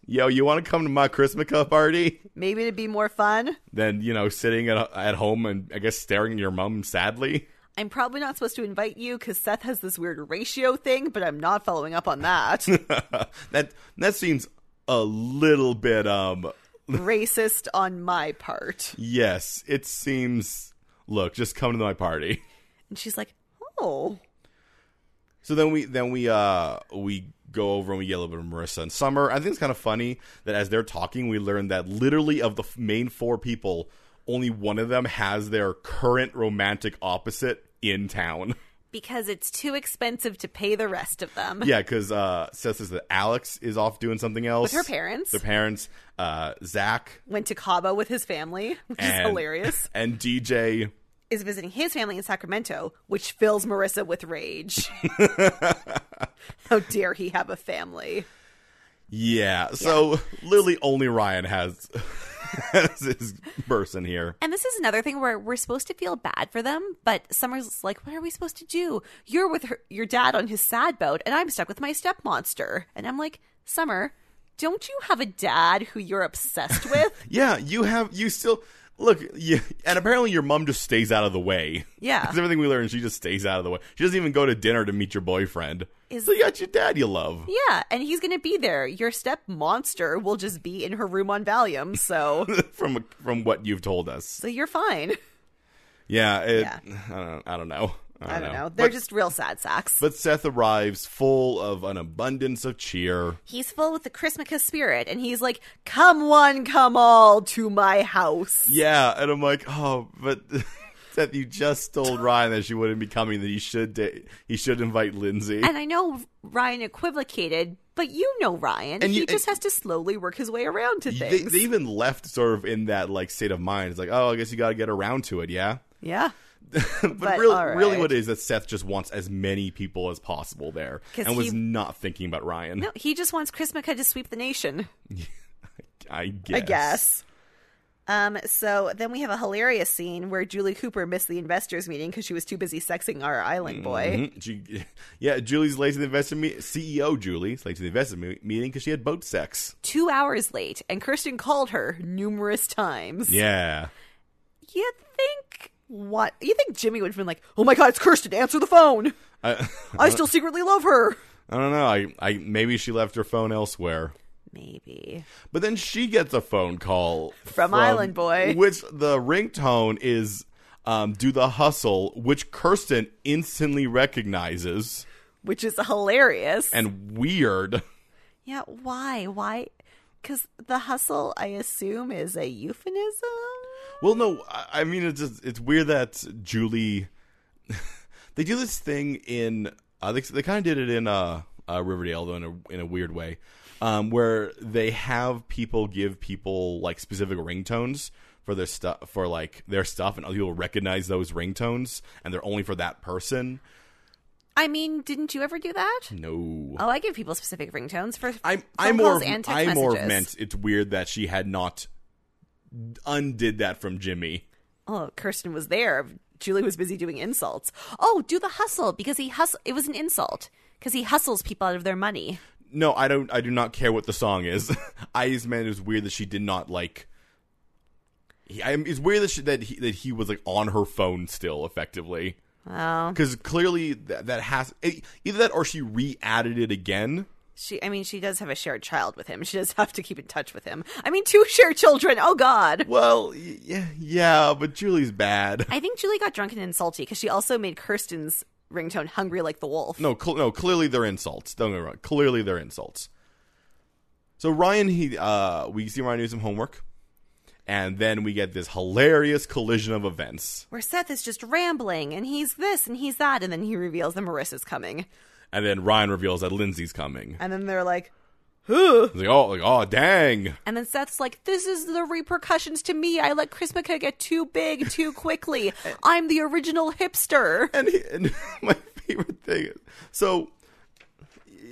Speaker 1: "Yo, you want to come to my Christmas party?"
Speaker 2: Maybe it'd be more fun.
Speaker 1: Then you know, sitting at at home and I guess staring at your mom sadly.
Speaker 2: I'm probably not supposed to invite you because Seth has this weird ratio thing, but I'm not following up on that.
Speaker 1: that that seems a little bit um
Speaker 2: Racist on my part.
Speaker 1: yes it seems look just come to my party
Speaker 2: And she's like, oh,
Speaker 1: so then we then we uh we go over and we get a little bit of marissa and summer i think it's kind of funny that as they're talking we learn that literally of the f- main four people only one of them has their current romantic opposite in town
Speaker 2: because it's too expensive to pay the rest of them.
Speaker 1: yeah because uh seth says that alex is off doing something else
Speaker 2: With her parents.
Speaker 1: their parents uh zach
Speaker 2: Went to Cabo with his family, which is
Speaker 1: and-
Speaker 2: hilarious.
Speaker 1: and dj
Speaker 2: is visiting his family in Sacramento, which fills Marissa with rage. How dare he have a family?
Speaker 1: Yeah. So literally only Ryan has has his person here.
Speaker 2: And this is another thing where we're supposed to feel bad for them, but Summer's like, "What are we supposed to do? You're with her, your dad on his sad boat, and I'm stuck with my step monster." And I'm like, "Summer, don't you have a dad who you're obsessed with?"
Speaker 1: Yeah, you have you still look. You, and apparently your mom just stays out of the way.
Speaker 2: Yeah.
Speaker 1: Because everything we learn, she just stays out of the way. She doesn't even go to dinner to meet your boyfriend.
Speaker 2: Is-
Speaker 1: so you got your dad you love.
Speaker 2: yeah, and he's gonna be there. Your step monster will just be in her room on Valium, so
Speaker 1: from from what you've told us.
Speaker 2: so you're fine.
Speaker 1: Yeah. It,
Speaker 2: Yeah.
Speaker 1: I don't. I don't know. I don't,
Speaker 2: I don't know. They're
Speaker 1: but,
Speaker 2: just real sad sacks.
Speaker 1: But Seth arrives full of an abundance of cheer.
Speaker 2: He's full with the Christmas spirit, and he's like, "Come one, come all to my house."
Speaker 1: Yeah, and I'm like, oh, but Seth, you just told Ryan that she wouldn't be coming. That he should da- he should invite Lindsay.
Speaker 2: And I know Ryan equivocated, but you know Ryan.
Speaker 1: And
Speaker 2: he
Speaker 1: you-
Speaker 2: just has to slowly work his way around to
Speaker 1: they,
Speaker 2: things.
Speaker 1: they even left sort of in that like state of mind. It's like, oh, I guess you got to get around to it, yeah.
Speaker 2: yeah.
Speaker 1: but
Speaker 2: But
Speaker 1: really,
Speaker 2: all right.
Speaker 1: really, what it is that Seth just wants as many people as possible there,
Speaker 2: 'Cause
Speaker 1: and was
Speaker 2: he-
Speaker 1: not thinking about Ryan.
Speaker 2: No, he just wants Chrismica to sweep the nation,
Speaker 1: I guess.
Speaker 2: I guess. Um, so then we have a hilarious scene where Julie Cooper missed the investors meeting because she was too busy sexing our island boy.
Speaker 1: Mhm. She, yeah, Julie's late to the investment me- E CEO. Julie's late to the investment me- meeting because she had boat sex.
Speaker 2: Two hours late, and Kirsten called her numerous times.
Speaker 1: Yeah,
Speaker 2: You think what? You think Jimmy would have been like, "Oh my God, it's Kirsten! Answer the phone!
Speaker 1: I, Uh-huh.
Speaker 2: I still secretly love her."
Speaker 1: I don't know. I, I maybe she left her phone elsewhere.
Speaker 2: Maybe.
Speaker 1: But then she gets a phone call
Speaker 2: From Island Boy.
Speaker 1: which the ringtone is um, "Do the Hustle," which Kirsten instantly recognizes
Speaker 2: Which is hilarious.
Speaker 1: and weird.
Speaker 2: yeah, why? Why? Because the hustle, I assume, is a euphemism.
Speaker 1: Well, no, I- I mean it's just, it's weird that Julie. they do this thing in uh, they, they kind of did it in uh, uh, Riverdale though in a in a weird way, um, where they have people give people like specific ringtones for their stuff for like their stuff, and other people recognize those ringtones, and they're only for that person.
Speaker 2: I mean, didn't you ever do that?
Speaker 1: No.
Speaker 2: Oh, I give people specific ringtones for
Speaker 1: I'm
Speaker 2: phone
Speaker 1: I'm
Speaker 2: calls
Speaker 1: more
Speaker 2: and text
Speaker 1: I more
Speaker 2: messages.
Speaker 1: meant it's weird that she had not undid that from Jimmy.
Speaker 2: Oh, Kirsten was there. Julie was busy doing insults. Oh, do the hustle because he hustle. It was an insult because he hustles people out of their money.
Speaker 1: No, I don't. I do not care what the song is. I just meant it was weird that she did not like. He, I, it's weird that she, that he, that he was like on her phone still, effectively,
Speaker 2: Well,
Speaker 1: because clearly that, that has e- either that or she re-added it again.
Speaker 2: she. I mean, she does have a shared child with him. She does have to keep in touch with him. I mean, two shared children. Oh God.
Speaker 1: Well, y- yeah, yeah, but Julie's bad.
Speaker 2: I think Julie got drunk and insulty because she also made Kirsten's ringtone "Hungry Like the Wolf."
Speaker 1: No, cl- no, clearly they're insults. Don't get me wrong. Clearly they're insults. So Ryan, he, uh, we see Ryan do some homework, and then we get this hilarious collision of events.
Speaker 2: Where Seth is just rambling and he's this and he's that, and then he reveals that Marissa's coming,
Speaker 1: And then Ryan reveals that Lindsay's coming.
Speaker 2: and then they're like, "Who?"
Speaker 1: He's like, oh, like, oh, dang.
Speaker 2: And then Seth's like, "This is the repercussions to me. I let Chris McKay get too big too quickly. I'm the original hipster."
Speaker 1: And, he, and my favorite thing is, so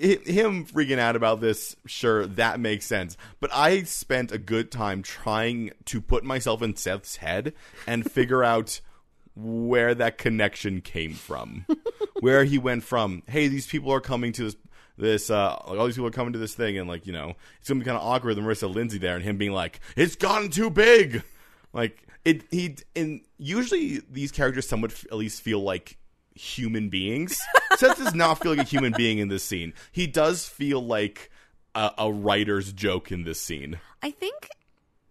Speaker 1: hi- him freaking out about this, sure, that makes sense. But I spent a good time trying to put myself in Seth's head and figure out where that connection came from, where he went from, hey, these people are coming to this. This uh, like all these people are coming to this thing, and like you know, it's gonna be kind of awkward. with Marissa Lindsay there, and him being like, "It's gotten too big." Like it, he and usually these characters somewhat f- at least feel like human beings. Seth does not feel like a human being in this scene. He does feel like a, a writer's joke in this scene.
Speaker 2: I think,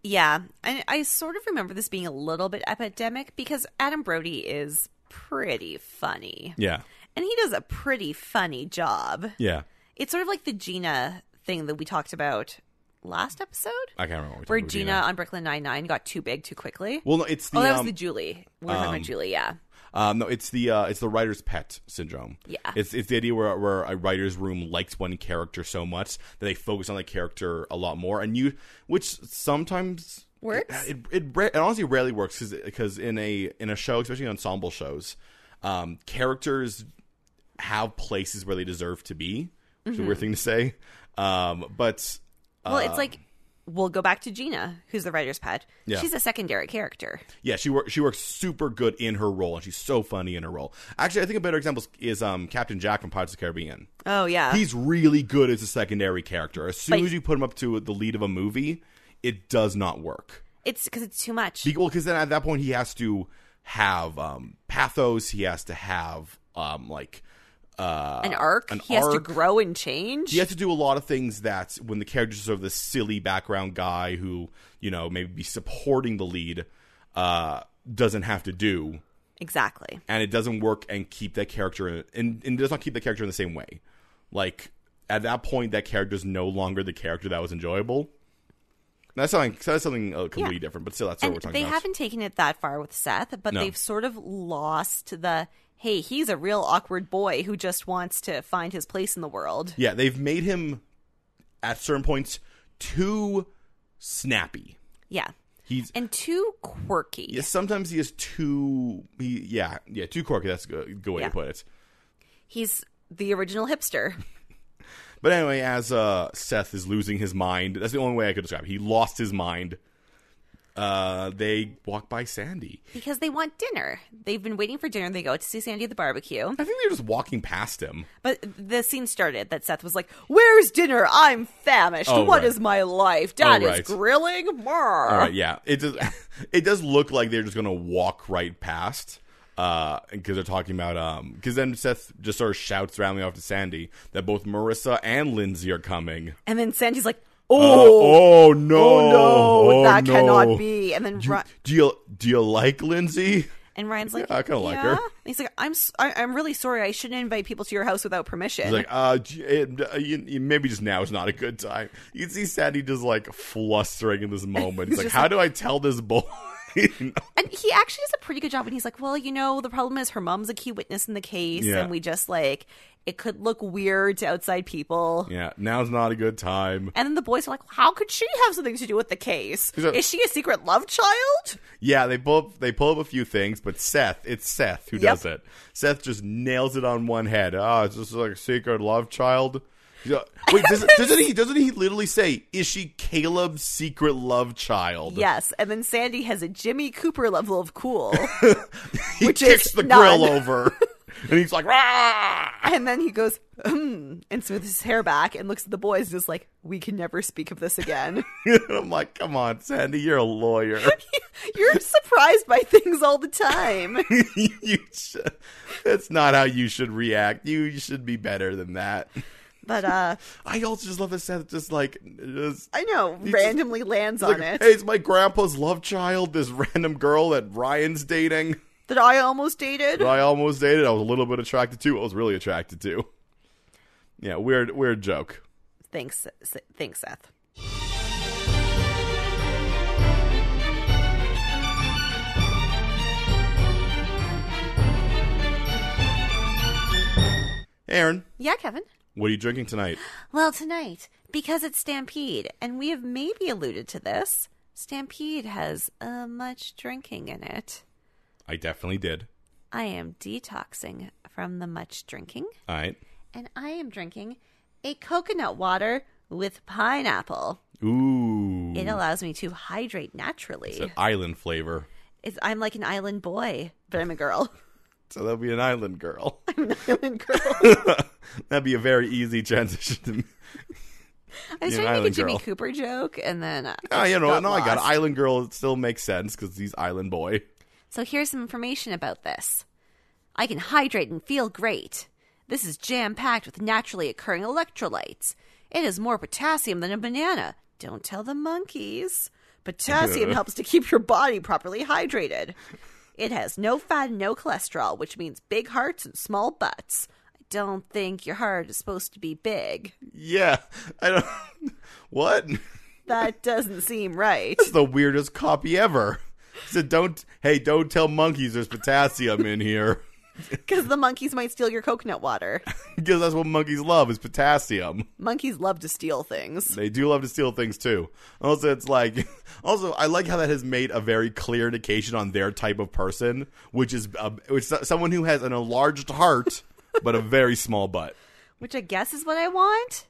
Speaker 2: yeah, I, I sort of remember this being a little bit epidemic because Adam Brody is pretty funny,
Speaker 1: Yeah,
Speaker 2: and he does a pretty funny job.
Speaker 1: yeah.
Speaker 2: It's sort of like the Gina thing that we talked about last episode,
Speaker 1: I can't remember
Speaker 2: where Gina, on Brooklyn Nine Nine got too big too quickly.
Speaker 1: Well, no, it's the,
Speaker 2: oh, that was
Speaker 1: um,
Speaker 2: the Julie. We were talking about Julie, yeah.
Speaker 1: um, no, it's the uh, it's the writer's pet syndrome.
Speaker 2: Yeah.
Speaker 1: it's it's the idea where where a writer's room likes one character so much that they focus on the character a lot more, and you, which sometimes
Speaker 2: Works?
Speaker 1: It it, it, ra- it honestly rarely works because in a in a show, especially ensemble shows, um, characters have places where they deserve to be. Which is a
Speaker 2: Mm-hmm.
Speaker 1: weird thing to say, um, but
Speaker 2: Well,
Speaker 1: uh,
Speaker 2: it's like we'll go back to Gina, who's the writer's pet.
Speaker 1: Yeah.
Speaker 2: She's a secondary character.
Speaker 1: Yeah, she works. She works super good in her role, and she's so funny in her role. Actually, I think a better example is- is um, Captain Jack from Pirates of the Caribbean.
Speaker 2: Oh yeah.
Speaker 1: He's really good as a secondary character. As soon
Speaker 2: But-
Speaker 1: as you put him up to the lead of a movie, it does not work.
Speaker 2: it's because it's too much.
Speaker 1: Be- Well, because then at that point he has to have um, pathos. He has to have um, like uh,
Speaker 2: an arc.
Speaker 1: an
Speaker 2: he has to
Speaker 1: arc.
Speaker 2: grow and change.
Speaker 1: He has to do a lot of things that when the characters are the silly background guy who you know maybe be supporting the lead uh, doesn't have to do
Speaker 2: Exactly.
Speaker 1: and it doesn't work and keep that character in, and, and it does not keep that character in the same way. Like at that point, that character is no longer the character that was enjoyable. That's something. That's something uh, completely different, but still, that's what
Speaker 2: And
Speaker 1: we're talking
Speaker 2: they
Speaker 1: about.
Speaker 2: haven't taken it that far with Seth, but
Speaker 1: No.
Speaker 2: they've sort of lost the hey, he's a real awkward boy who just wants to find his place in the world.
Speaker 1: yeah, they've made him at certain points too snappy.
Speaker 2: Yeah.
Speaker 1: He's
Speaker 2: And too quirky.
Speaker 1: yeah, sometimes he is too. He, yeah, yeah, too quirky. That's a good, good way
Speaker 2: Yeah.
Speaker 1: to put it.
Speaker 2: He's the original hipster.
Speaker 1: But anyway, as uh, Seth is losing his mind, that's the only way I could describe. it. He lost his mind. Uh, they walk by Sandy.
Speaker 2: Because they want dinner. They've been waiting for dinner. They go to see Sandy at the barbecue.
Speaker 1: I think they were just walking past him.
Speaker 2: But the scene started that Seth was like, Where's dinner? I'm famished. What
Speaker 1: Oh,
Speaker 2: is
Speaker 1: right. Oh,
Speaker 2: my life? Dad
Speaker 1: right.
Speaker 2: is grilling. Brr."
Speaker 1: All right, yeah. It does. It does look like they're just gonna walk right past. Uh, because they're talking about um, because then Seth just sort of shouts roundly off to Sandy that both Marissa and Lindsay are coming.
Speaker 2: And then Sandy's like, Oh,
Speaker 1: oh no!
Speaker 2: oh no,
Speaker 1: Uh, Oh,
Speaker 2: that
Speaker 1: no.
Speaker 2: cannot be. And then
Speaker 1: Do,
Speaker 2: Ri-
Speaker 1: do you do you like Lindsay?
Speaker 2: and Ryan's like,
Speaker 1: Yeah, I kinda like her.
Speaker 2: And he's like, I'm s- I, am i am really sorry. I shouldn't invite people to your house without permission.
Speaker 1: He's like, uh, j- it, uh, you, you- maybe just now is not a good time. You can see Sandy just like flustering in this moment. He's like,
Speaker 2: just
Speaker 1: how do I tell this boy?
Speaker 2: and he actually does a pretty good job. And he's like, well, you know, the problem is her mom's a key witness in the case,
Speaker 1: Yeah.
Speaker 2: and we just like it could look weird to outside people.
Speaker 1: yeah, now's not a good time.
Speaker 2: And then the boys are like, how could she have something to do with the case?
Speaker 1: He's like-
Speaker 2: is she a secret love child?
Speaker 1: Yeah, they pull up, they pull up a few things, but Seth, it's Seth who
Speaker 2: Yep.
Speaker 1: does it. Seth just nails it on one head. Ah, is this like a secret love child? He's like- Wait, does, doesn't he? Doesn't he literally say, "Is she Caleb's secret love child?"
Speaker 2: Yes. And then Sandy has a Jimmy Cooper level of cool.
Speaker 1: he
Speaker 2: which
Speaker 1: kicks
Speaker 2: is
Speaker 1: the
Speaker 2: none.
Speaker 1: grill over, and he's like, "Rah!"
Speaker 2: and then he goes, hmm, and smooths his hair back and looks at the boys and is like, we can never speak of this again.
Speaker 1: I'm like, "Come on, Sandy, you're a lawyer.
Speaker 2: You're surprised by things all the time.
Speaker 1: you should, that's not how you should react. You should be better than that."
Speaker 2: But uh
Speaker 1: I also just love that Seth just like just
Speaker 2: I know,
Speaker 1: just-
Speaker 2: randomly lands
Speaker 1: It's
Speaker 2: on
Speaker 1: like,
Speaker 2: it.
Speaker 1: Hey, it's my grandpa's love child, this random girl that Ryan's dating
Speaker 2: That I almost dated.
Speaker 1: that I almost dated. I was a little bit attracted to. I was really attracted to. Yeah, weird, weird joke.
Speaker 2: Thanks, S- thanks, Seth.
Speaker 1: Aaron,
Speaker 2: Yeah, Kevin.
Speaker 1: what are you drinking tonight?
Speaker 2: Well, tonight, because it's Stampede, and we have maybe alluded to this, Stampede has uh, much drinking in it.
Speaker 1: I definitely did.
Speaker 2: I am detoxing from the much drinking,
Speaker 1: All right.
Speaker 2: and I am drinking a coconut water with pineapple.
Speaker 1: Ooh,
Speaker 2: It allows me to hydrate naturally.
Speaker 1: it's an island flavor.
Speaker 2: It's, I'm like an island boy, but I'm a girl.
Speaker 1: So that'll be an island girl.
Speaker 2: I'm an island girl.
Speaker 1: That'd be a very easy transition. to
Speaker 2: I
Speaker 1: You're an
Speaker 2: was trying to make a
Speaker 1: island
Speaker 2: Jimmy
Speaker 1: girl.
Speaker 2: Cooper joke, and then uh,
Speaker 1: Oh, you know,
Speaker 2: Got
Speaker 1: no, I got it.
Speaker 2: lost.
Speaker 1: island girl. It still makes sense because he's island boy.
Speaker 2: So here's some information about this. I can hydrate and feel great. This is jam packed with naturally occurring electrolytes. It has more potassium than a banana. Don't tell the monkeys. Potassium helps to keep your body properly hydrated. It has no fat and no cholesterol, which means big hearts and small butts. I don't think your heart is supposed to be big.
Speaker 1: Yeah, I don't. what?
Speaker 2: That doesn't seem right.
Speaker 1: That's the weirdest copy ever. He said, "Don't, hey, don't tell monkeys there's potassium in here
Speaker 2: Because the monkeys might steal your coconut water.
Speaker 1: because that's what monkeys love is potassium.
Speaker 2: Monkeys love to steal things.
Speaker 1: They do love to steal things too. Also, it's like, also, I like how that has made a very clear indication on their type of person, which is uh, which is someone who has an enlarged heart but a very small butt,
Speaker 2: Which I guess is what I want.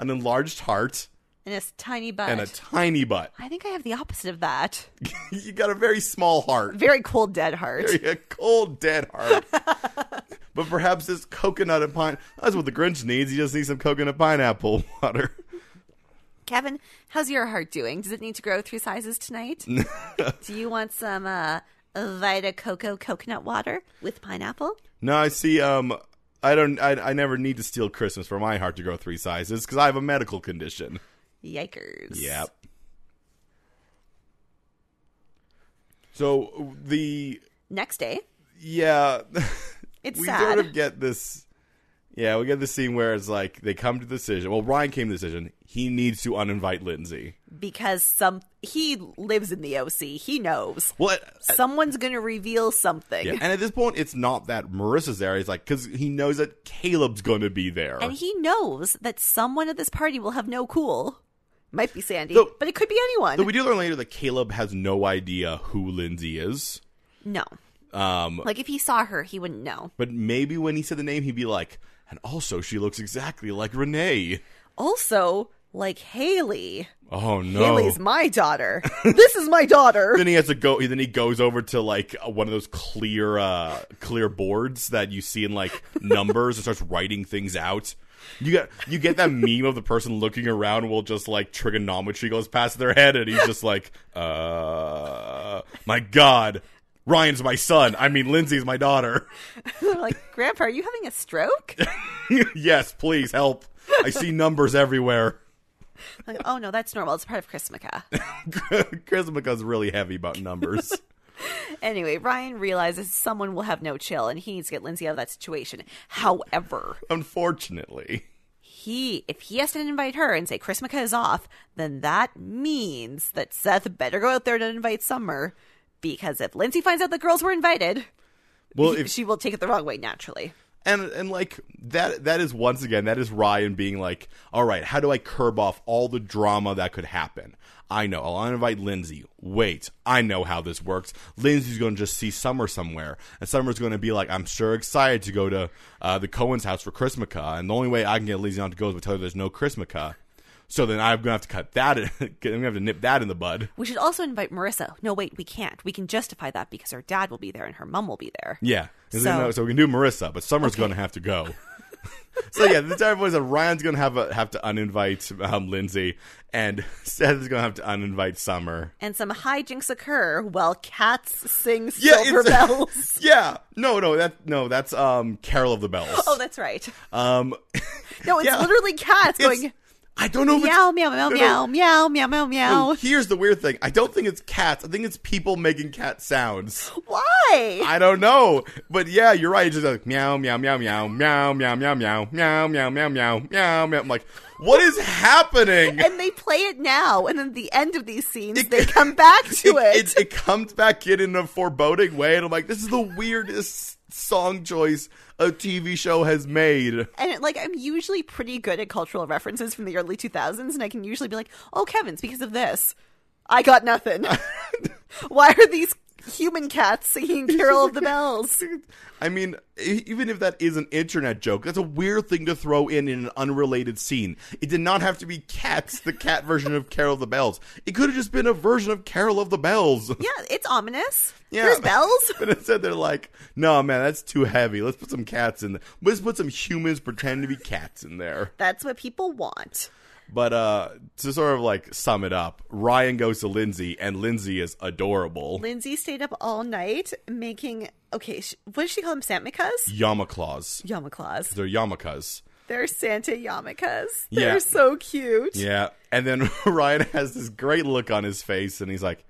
Speaker 1: an enlarged heart
Speaker 2: And it's tiny butt.
Speaker 1: and a tiny butt.
Speaker 2: I think I have the opposite of that.
Speaker 1: you got a very small heart."
Speaker 2: Very cold, dead heart.
Speaker 1: a cold dead heart. but perhaps this coconut and pine that's what the Grinch needs. He just needs some coconut pineapple water.
Speaker 2: Kevin, how's your heart doing? Does it need to grow three sizes tonight? Do you want some uh, Vita Coco coconut water with pineapple?
Speaker 1: No, I see um I don't I, I never need to steal Christmas for my heart to grow three sizes because I have a medical condition.
Speaker 2: Yikers.
Speaker 1: Yep. So the
Speaker 2: Next day,
Speaker 1: yeah
Speaker 2: It's
Speaker 1: we
Speaker 2: sad.
Speaker 1: sort of get this yeah, we get this scene where it's like they come to the decision. Well, Ryan came to the decision. He needs to uninvite Lindsay.
Speaker 2: because some he lives in the OC, he knows.
Speaker 1: Well, uh,
Speaker 2: Someone's going to reveal something.
Speaker 1: Yeah, and at this point, it's not that Marissa's there. It's like because he knows that Caleb's going to be there.
Speaker 2: And he knows that someone at this party will have no cool. Might be Sandy,
Speaker 1: Though-
Speaker 2: but it could be anyone.
Speaker 1: so we do learn later that Caleb has no idea who Lindsay is.
Speaker 2: no.
Speaker 1: Um,
Speaker 2: Like if he saw her, he wouldn't know.
Speaker 1: but maybe when he said the name, he'd be like, "And also, she looks exactly like Renee."
Speaker 2: Also, like Haley.
Speaker 1: Oh no!
Speaker 2: Haley's my daughter. this is my daughter.
Speaker 1: then he has to go. Then he goes over to like uh, one of those clear, uh, clear boards that you see in like numbers and starts writing things out. You get you get that meme of the person looking around while just like trigonometry goes past their head, and he's just like, "Uh, my God, Ryan's my son. I mean, Lindsay's my daughter.
Speaker 2: like, Grandpa, are you having a stroke?
Speaker 1: yes, please help. I see numbers everywhere."
Speaker 2: Like, oh no, that's normal. It's part of Chrismica.
Speaker 1: Chrismica's really heavy about numbers.
Speaker 2: anyway, Ryan realizes someone will have no chill, and he needs to get Lindsay out of that situation. However,
Speaker 1: Unfortunately.
Speaker 2: he if he has to invite her and say Chrismica is off, then that means that Seth better go out there to invite Summer. Because if Lindsay finds out the girls were invited,
Speaker 1: Well, if
Speaker 2: she will take it the wrong way naturally.
Speaker 1: and and like that that is once again that is Ryan being like, all right, how do I curb off all the drama that could happen? I know. I'll invite Lindsay. Wait, I know how this works. Lindsay's going to just see Summer somewhere, and Summer's going to be like, "I'm sure excited to go to uh, the Cohen's house for Chrismica, and the only way I can get Lindsay not to go is by telling her there's no Chrismica." So then I'm going to have to cut that. In, I'm going to have to nip that in the bud.
Speaker 2: We should also invite Marissa. No, wait, we can't. We can justify that because her dad will be there and her mum will be there.
Speaker 1: Yeah. So,
Speaker 2: So-
Speaker 1: so we can do Marissa, but Summer's going to have to go. so yeah, the entire point is that Ryan's going to have a, have to uninvite um, Lindsay, and Seth is going to have to uninvite Summer.
Speaker 2: And some hijinks occur while cats sing
Speaker 1: Yeah,
Speaker 2: silver
Speaker 1: it's-
Speaker 2: bells.
Speaker 1: Yeah, no, no, that no, that's um, Carol of the Bells.
Speaker 2: oh, that's right.
Speaker 1: um,
Speaker 2: No, it's
Speaker 1: Yeah.
Speaker 2: literally cats
Speaker 1: it's-
Speaker 2: going
Speaker 1: I don't know. If it's-
Speaker 2: meow, meow, meow,
Speaker 1: no,
Speaker 2: meow,
Speaker 1: no.
Speaker 2: meow, meow, meow,
Speaker 1: Oh,
Speaker 2: meow.
Speaker 1: here's the weird thing. I don't think it's cats. I think it's people making cat sounds.
Speaker 2: Why?
Speaker 1: I don't know, but yeah, you're right. It's just like meow, meow, meow, meow, meow, meow, meow, meow, meow, meow, meow, meow, meow, meow. I'm like, what is happening?
Speaker 2: and they play it now, and then at the end of these scenes, they come back to it.
Speaker 1: It, it comes back in in a foreboding way, and I'm like, this is the weirdest song choice a TV show has made.
Speaker 2: and like I'm usually pretty good at cultural references from the early 2000s, and I can usually be like, "Oh, Kevin's because of this." I got nothing. Why are these human cats singing "Carol of the Bells"?
Speaker 1: I mean, e- even if that is an internet joke, that's a weird thing to throw in in an unrelated scene. It did not have to be Cats, the cat version of Carol of the Bells. It could have just been a version of Carol of the Bells.
Speaker 2: Yeah, it's ominous.
Speaker 1: Yeah.
Speaker 2: There's bells.
Speaker 1: But instead, they're like, "No, man, that's too heavy. Let's put some cats in. There. Let's put some humans pretending to be cats in there."
Speaker 2: That's what people want.
Speaker 1: But uh to sort of like sum it up, Ryan goes to Lindsay and Lindsay is adorable.
Speaker 2: Lindsay stayed up all night making. Okay, sh- what does she call them? Santmikas?
Speaker 1: Yarmulkes.
Speaker 2: Yarmulkes.
Speaker 1: They're yarmulkes.
Speaker 2: They're Santa yarmulkes.
Speaker 1: Yeah.
Speaker 2: They're so cute.
Speaker 1: Yeah. And then Ryan has this great look on his face and he's like,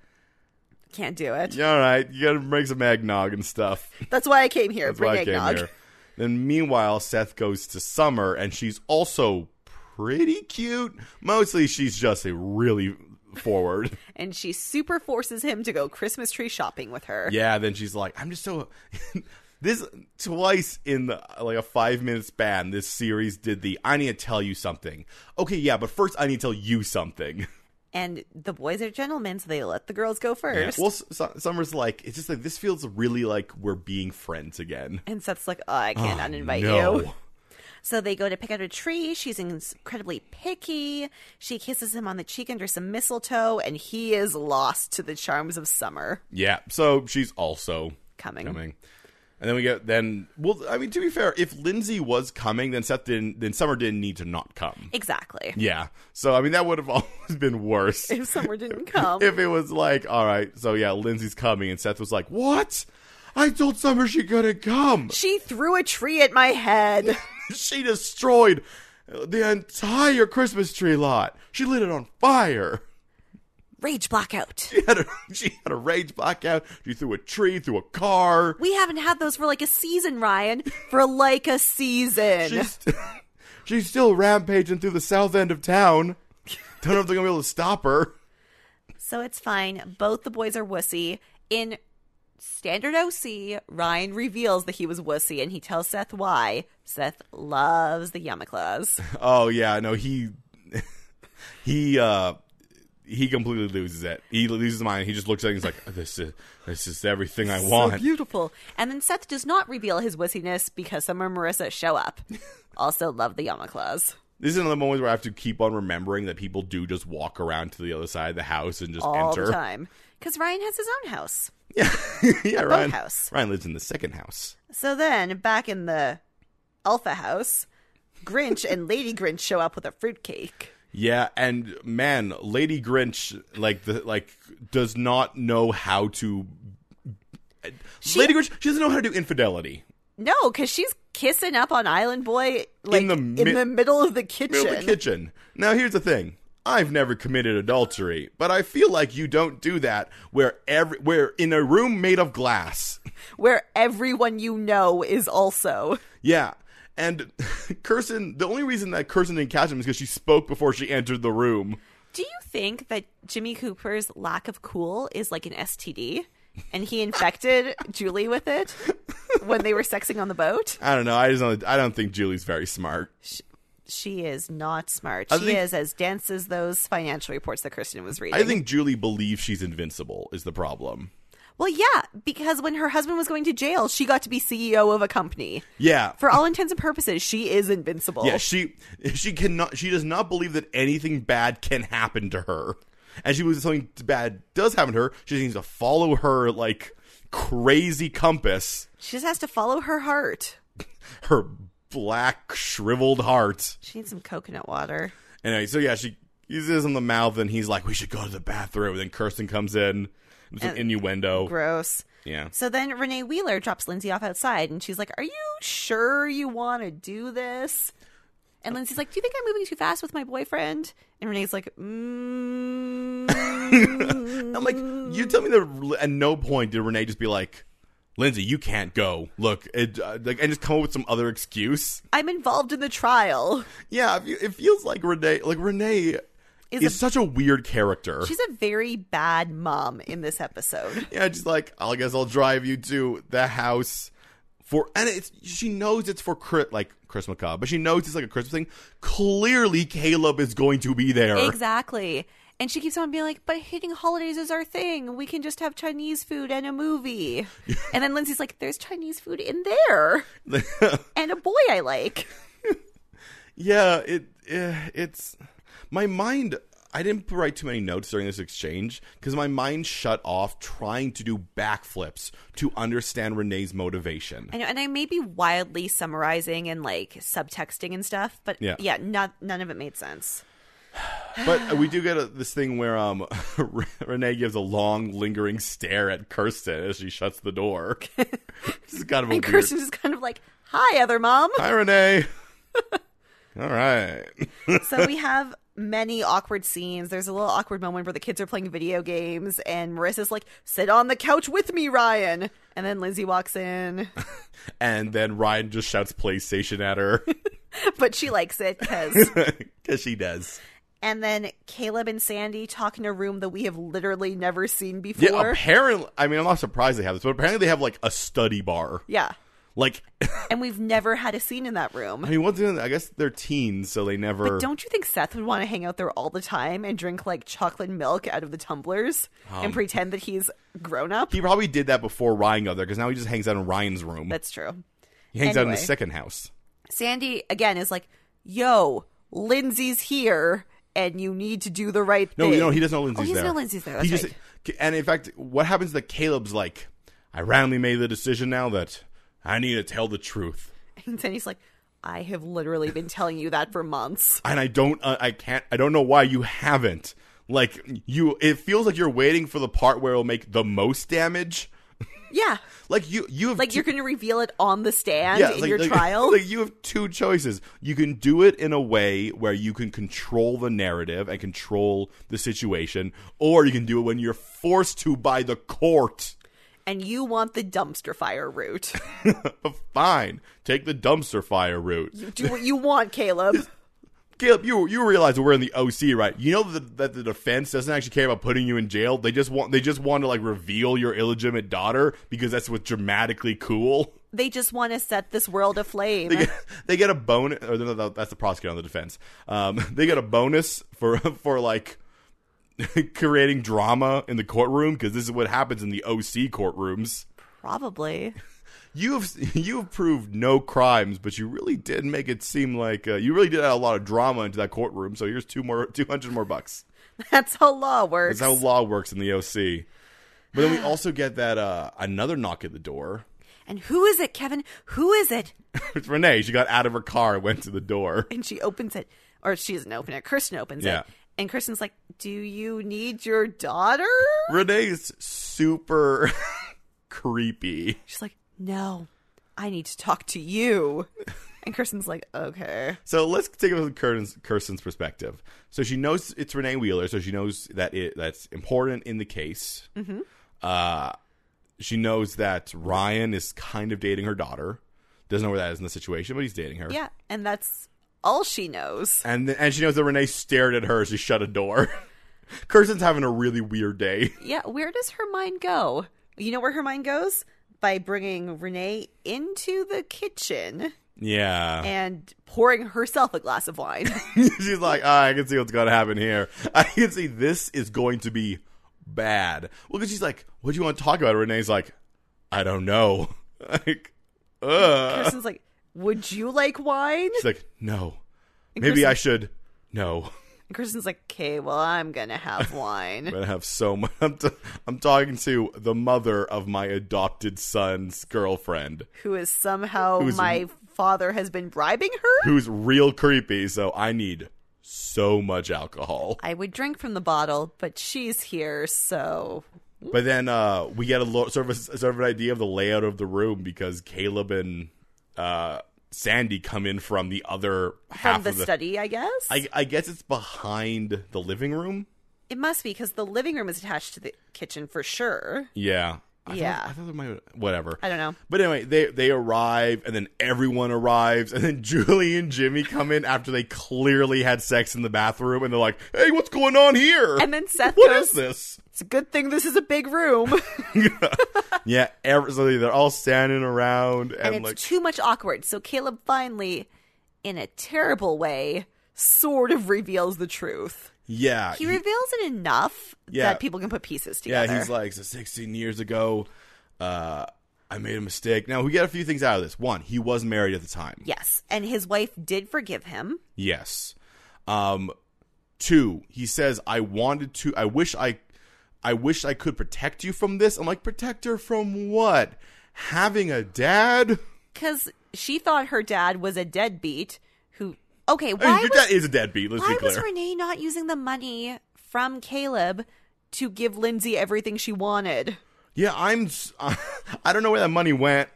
Speaker 2: Can't do it.
Speaker 1: "Yeah, all right, you gotta bring some eggnog and stuff.
Speaker 2: That's why I came here.
Speaker 1: That's
Speaker 2: Bring
Speaker 1: why I came
Speaker 2: eggnog.
Speaker 1: here. Then meanwhile, Seth goes to Summer and she's also pretty cute. Mostly she's just a really forward.
Speaker 2: and she super forces him to go Christmas tree shopping with her.
Speaker 1: Yeah, then she's like, I'm just so. this twice in the, like a five minute span, this series did the I need to tell you something. Okay, yeah, but first I need to tell you something.
Speaker 2: And the boys are gentlemen, so they let the girls go first.
Speaker 1: Well, S- S- Summer's like, it's just like this feels really like we're being friends again.
Speaker 2: and Seth's like, oh, I can't uninvite
Speaker 1: no.
Speaker 2: you. So they go to pick out a tree. She's incredibly picky. She kisses him on the cheek under some mistletoe, and he is lost to the charms of summer
Speaker 1: Yeah, so she's also
Speaker 2: coming.
Speaker 1: coming. And then we get then well I mean to be fair if Lindsay was coming then Seth didn't then Summer didn't need to not come.
Speaker 2: Exactly.
Speaker 1: Yeah. So I mean that would have always been worse.
Speaker 2: If summer didn't come.
Speaker 1: if it was like, all right, so yeah, Lindsay's coming, and Seth was like, what? I told Summer she couldn't come.
Speaker 2: she threw a tree at my head.
Speaker 1: She destroyed the entire Christmas tree lot. She lit it on fire.
Speaker 2: Rage blackout.
Speaker 1: She had a, she had a rage blackout. She threw a tree, threw a car.
Speaker 2: We haven't had those for like a season, Ryan. For like a season.
Speaker 1: She's, she's still rampaging through the south end of town. Don't know if they're gonna be able to stop her.
Speaker 2: So it's fine. Both the boys are wussy. In standard OC, Ryan reveals that he was wussy and he tells Seth why. Seth loves the Yamaclaws.
Speaker 1: Oh yeah, no, he he uh he completely loses it. He loses his mind. He just looks at it and he's like, This is this is everything I
Speaker 2: So
Speaker 1: want.
Speaker 2: beautiful. And then Seth does not reveal his wussiness because Summer and Marissa show up. also love the Yamaclaws.
Speaker 1: this is another moment where I have to keep on remembering that people do just walk around to the other side of the house and just
Speaker 2: All
Speaker 1: enter.
Speaker 2: the time. Because Ryan has his own house.
Speaker 1: Yeah, yeah, Ryan.
Speaker 2: house.
Speaker 1: Ryan lives in the second house.
Speaker 2: So then, back in the Alpha house, Grinch and Lady Grinch show up with a fruitcake.
Speaker 1: Yeah, and man, Lady Grinch like the like does not know how to Lady Grinch she doesn't know how to do infidelity.
Speaker 2: No, because she's kissing up on Island Boy like in
Speaker 1: the
Speaker 2: the,
Speaker 1: mi-
Speaker 2: middle of the kitchen.
Speaker 1: middle of the kitchen. Now here's the thing. I've never committed adultery, but I feel like you don't do that where every where in a room made of glass.
Speaker 2: where everyone you know is also.
Speaker 1: Yeah. And Kirsten, the only reason that Kirsten didn't catch him is because she spoke before she entered the room.
Speaker 2: Do you think that Jimmy Cooper's lack of cool is like an STD? And he infected Julie with it when they were sexing on the boat?
Speaker 1: I don't know. I just don't, I don't think Julie's very smart.
Speaker 2: She is not smart.
Speaker 1: I
Speaker 2: She
Speaker 1: think-
Speaker 2: is as dense as those financial reports that Kirsten was reading.
Speaker 1: I think Julie believes she's invincible is the problem.
Speaker 2: well, yeah, because when her husband was going to jail, she got to be CEO of a company.
Speaker 1: Yeah.
Speaker 2: For all intents and purposes, she is invincible.
Speaker 1: Yeah, she she cannot she does not believe that anything bad can happen to her. And she believes if something bad does happen to her, she just needs to follow her like crazy compass,
Speaker 2: She just has to follow her heart.
Speaker 1: her black shriveled heart.
Speaker 2: She needs some coconut water.
Speaker 1: Anyway, so yeah, she uses in the mouth and he's like, We should go to the bathroom and then Kirsten comes in. It's an
Speaker 2: And-
Speaker 1: innuendo.
Speaker 2: Gross.
Speaker 1: yeah.
Speaker 2: So then Renee Wheeler drops Lindsay off outside and she's like, Are you sure you want to do this? And Lindsay's like, Do you think I'm moving too fast with my boyfriend? And Renee's like, mm,
Speaker 1: I'm like, you tell me that at no point did Renee just be like, Lindsay, you can't go. Look, it, uh, like, and just come up with some other excuse.
Speaker 2: I'm involved in the trial.
Speaker 1: Yeah, it fe- it feels like Renee, like Renee, is,
Speaker 2: Is a-
Speaker 1: such a weird character.
Speaker 2: She's a very bad mom in this episode.
Speaker 1: Yeah, just like "Oh, I guess I'll drive you to the house for, and it's she knows it's for Chri- like Chris McCobb, but she knows it's like a Christmas thing. Clearly, Caleb is going to be there.
Speaker 2: Exactly. And she keeps on being like, but hitting holidays is our thing. We can just have Chinese food and a movie. and then Lindsay's like, there's Chinese food in there and a boy I like.
Speaker 1: yeah, it, eh, it's my mind. I didn't write too many notes during this exchange because my mind shut off trying to do backflips to understand Renee's motivation.
Speaker 2: I know, and I may be wildly summarizing and like subtexting and stuff, but
Speaker 1: Yeah.
Speaker 2: yeah, not none of it made sense.
Speaker 1: But we do get a, this thing where um, Renee gives a long, lingering stare at Kirsten as she shuts the door. this is kind of a weird.
Speaker 2: And Kirsten is kind of like, "Hi, other mom."
Speaker 1: Hi, Renee. All right.
Speaker 2: so we have many awkward scenes. There's a little awkward moment where the kids are playing video games, and Marissa's like, "Sit on the couch with me, Ryan." And then Lindsay walks in,
Speaker 1: And then Ryan just shouts PlayStation at her
Speaker 2: but she likes it because.
Speaker 1: because she does.
Speaker 2: and then Caleb and Sandy talk in a room that we have literally never seen
Speaker 1: Yeah, oh.
Speaker 2: before.
Speaker 1: apparently. I mean, I'm not surprised they have this, but apparently they have like a study bar.
Speaker 2: yeah,
Speaker 1: Like,
Speaker 2: and we've never had a scene in that room.
Speaker 1: I mean, once again, I guess they're teens, so they never.
Speaker 2: But don't you think Seth would want to hang out there all the time and drink like chocolate milk out of the tumblers
Speaker 1: Um,
Speaker 2: and pretend that he's grown up?
Speaker 1: he probably did that before Ryan got there because now he just hangs out in Ryan's room.
Speaker 2: That's true.
Speaker 1: he hangs out in the
Speaker 2: anyway.
Speaker 1: second house.
Speaker 2: Sandy again is like, "Yo, Lindsay's here, and you need to do the right
Speaker 1: No,
Speaker 2: thing."
Speaker 1: no, he doesn't know Lindsay's
Speaker 2: Oh, he doesn't
Speaker 1: there.
Speaker 2: know Lindsay's there,
Speaker 1: he
Speaker 2: that's
Speaker 1: just, and in fact, what happens is that Caleb's like, I roundly made the decision now that I need to tell the truth,
Speaker 2: And Sandy's like, "I have literally been telling you that for months."
Speaker 1: and I don't, uh, I can't, I don't know why you haven't. Like you, it feels like you're waiting for the part where it'll make the most damage.
Speaker 2: Yeah,
Speaker 1: Like you, you have
Speaker 2: like
Speaker 1: two,
Speaker 2: you're going to reveal it on the stand
Speaker 1: yeah,
Speaker 2: in
Speaker 1: like-
Speaker 2: your
Speaker 1: like-
Speaker 2: trial.
Speaker 1: Like you have two choices. You can do it in a way where you can control the narrative and control the situation, or you can do it when you're forced to by the court.
Speaker 2: and you want the dumpster fire route.
Speaker 1: Fine, take the dumpster fire route.
Speaker 2: do what you want, Caleb.
Speaker 1: Caleb, you you realize that we're in the OC, right? You know that that the defense doesn't actually care about putting you in jail. They just want they just want to like reveal your illegitimate daughter because that's what's dramatically cool.
Speaker 2: They just want to set this world aflame.
Speaker 1: They get, they get a bonus. Or no, no, that's the prosecutor on the defense. Um, they get a bonus for for like creating drama in the courtroom because this is what happens in the OC courtrooms.
Speaker 2: Probably.
Speaker 1: You've you've proved no crimes, but you really did make it seem like uh, you really did add a lot of drama into that courtroom. So here's two more, two hundred more bucks.
Speaker 2: That's how law works.
Speaker 1: That's how law works in the OC. But then we also get that uh, another knock at the door.
Speaker 2: and who is it, Kevin? Who is it?
Speaker 1: It's Renee. She got out of her car and went to the door.
Speaker 2: And she opens it, or she doesn't open it. Kirsten opens
Speaker 1: Yeah.
Speaker 2: it, and Kirsten's like, "Do you need your daughter?"
Speaker 1: Renee's super creepy.
Speaker 2: She's like, "No, I need to talk to you." And Kirsten's like, okay.
Speaker 1: So let's take it from Kirsten's, Kirsten's perspective. So she knows it's Renee Wheeler, so she knows that it that's important in the case. Mm-hmm. Uh, she knows that Ryan is kind of dating her daughter. Doesn't know where that is in the situation, but he's dating her.
Speaker 2: Yeah. And that's all she knows.
Speaker 1: And th- and she knows that Renee stared at her as she shut a door. Kirsten's having a really weird day.
Speaker 2: Yeah. Where does her mind go? You know where her mind goes? By bringing Renee into the kitchen
Speaker 1: Yeah.
Speaker 2: and pouring herself a glass of wine.
Speaker 1: She's like, ah, I can see what's going to happen here. I can see this is going to be bad. Well, because she's like, what do you want to talk about? Renee's like, I don't know. like, ugh.
Speaker 2: Kirsten's like, would you like wine?
Speaker 1: She's like, no. Maybe
Speaker 2: Kristen-
Speaker 1: I should. No.
Speaker 2: And Kirsten's like, okay, well, I'm going to have wine.
Speaker 1: I'm going to have so much. I'm, t- I'm talking to the mother of my adopted son's girlfriend,
Speaker 2: Who is somehow
Speaker 1: Who's-
Speaker 2: my father has been bribing her?
Speaker 1: who's real creepy. So I need so much alcohol.
Speaker 2: I would drink from the bottle, but she's here, so
Speaker 1: But then uh, we get a lo- sort of a, sort of an idea of the layout of the room because Caleb and uh, Sandy come in from the other half
Speaker 2: from the,
Speaker 1: of the.
Speaker 2: study, I guess.
Speaker 1: I, I guess it's behind the living room.
Speaker 2: it must be because the living room is attached to the kitchen for sure.
Speaker 1: Yeah. I
Speaker 2: Yeah.
Speaker 1: Thought, I thought there might whatever.
Speaker 2: I don't know.
Speaker 1: But anyway, they they arrive and then everyone arrives and then Julie and Jimmy come in after they clearly had sex in the bathroom and they're like, "Hey, what's going on here?"
Speaker 2: And then Seth
Speaker 1: "What
Speaker 2: goes-
Speaker 1: is this?"
Speaker 2: It's a good thing this is a big room,
Speaker 1: Yeah, every, so they're all standing around and,
Speaker 2: and it's
Speaker 1: like
Speaker 2: too much awkward. So Caleb finally, in a terrible way, sort of reveals the truth.
Speaker 1: yeah,
Speaker 2: He
Speaker 1: he-
Speaker 2: reveals it enough
Speaker 1: Yeah.
Speaker 2: that people can put pieces together.
Speaker 1: Yeah, he's like, so 16 years ago, uh, I made a mistake. Now, we get a few things out of this. One, he was married at the time.
Speaker 2: yes, and his wife did forgive him.
Speaker 1: Yes. Um, two, he says, I wanted to, I wish I, I wish I could protect you from this. I'm like, protect her from what? Having a dad?
Speaker 2: because she thought her dad was a deadbeat who okay why
Speaker 1: I mean, your
Speaker 2: was,
Speaker 1: dad is a deadbeat, let's be
Speaker 2: why was
Speaker 1: clear.
Speaker 2: renee not using the money from caleb to give lindsay everything she wanted
Speaker 1: yeah, I'm, s- I don't know where that money went.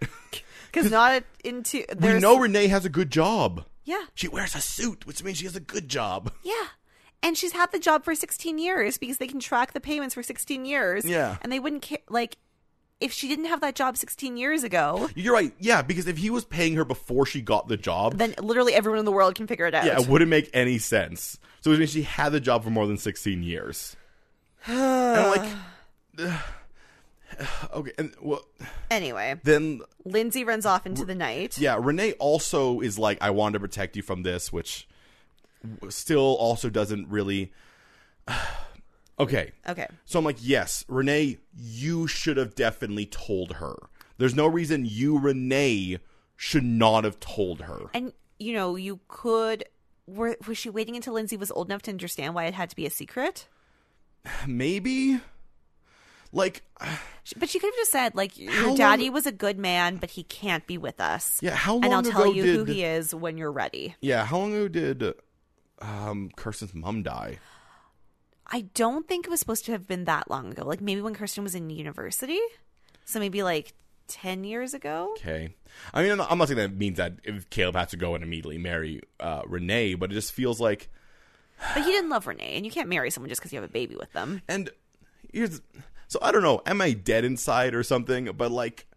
Speaker 2: because not into
Speaker 1: we
Speaker 2: there's
Speaker 1: know Renee has a good job.
Speaker 2: yeah
Speaker 1: She wears a suit, which means she has a good job.
Speaker 2: yeah and she's had the job for 16 years because they can track the payments for 16 years
Speaker 1: Yeah.
Speaker 2: and they wouldn't care like if she didn't have that job 16 years ago
Speaker 1: You're right. Yeah, because if he was paying her before she got the job,
Speaker 2: then literally everyone in the world can figure it out
Speaker 1: yeah, it wouldn't make any sense. So it means she had the job for more than 16 years. and I'm like, okay, and well,
Speaker 2: anyway
Speaker 1: then
Speaker 2: lindsay runs off into the night
Speaker 1: yeah, Renee also is like, I wanted to protect you from this, which w- still also doesn't really. okay,
Speaker 2: okay
Speaker 1: so I'm like, yes, Renee, you should have definitely told her. There's no reason you, Renee, should not have told her.
Speaker 2: and you know you could were, was she waiting until lindsay was old enough to understand why it had to be a secret
Speaker 1: maybe like
Speaker 2: She- but she could have just said like your
Speaker 1: How long-
Speaker 2: daddy was a good man but he can't be with us
Speaker 1: yeah how long
Speaker 2: and i'll
Speaker 1: ago
Speaker 2: tell you
Speaker 1: did
Speaker 2: who he is when you're ready
Speaker 1: yeah how long ago did um kirsten's mom die
Speaker 2: i don't think it was supposed to have been that long ago like maybe when kirsten was in university so maybe like 10 years ago
Speaker 1: okay i mean i'm not, I'm not saying that means that if caleb has to go and immediately marry uh renee but it just feels like
Speaker 2: but he didn't love renee and you can't marry someone just because you have a baby with them
Speaker 1: and here's so i don't know am i dead inside or something but like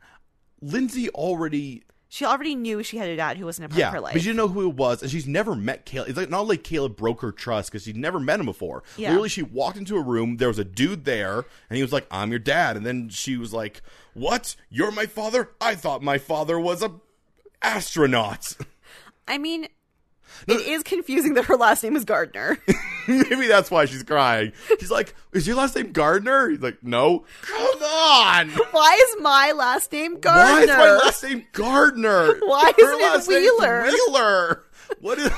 Speaker 1: lindsay already
Speaker 2: she already knew she had a dad who wasn't a part
Speaker 1: yeah
Speaker 2: of her
Speaker 1: but
Speaker 2: life
Speaker 1: she didn't know who it was and she's never met caleb it's like not like caleb broke her trust because she'd never met him before
Speaker 2: Yeah.
Speaker 1: literally she walked into a room there was a dude there and he was like i'm your dad and then she was like what you're my father i thought my father was a astronaut
Speaker 2: i mean it is confusing that her last name is gardner
Speaker 1: maybe that's why she's crying she's like is your last name gardner he's like no come on
Speaker 2: Why is my last name
Speaker 1: why is
Speaker 2: Gardner?
Speaker 1: my last name gardner
Speaker 2: Why
Speaker 1: Her
Speaker 2: isn't it
Speaker 1: last name's
Speaker 2: Wheeler?
Speaker 1: wheeler what is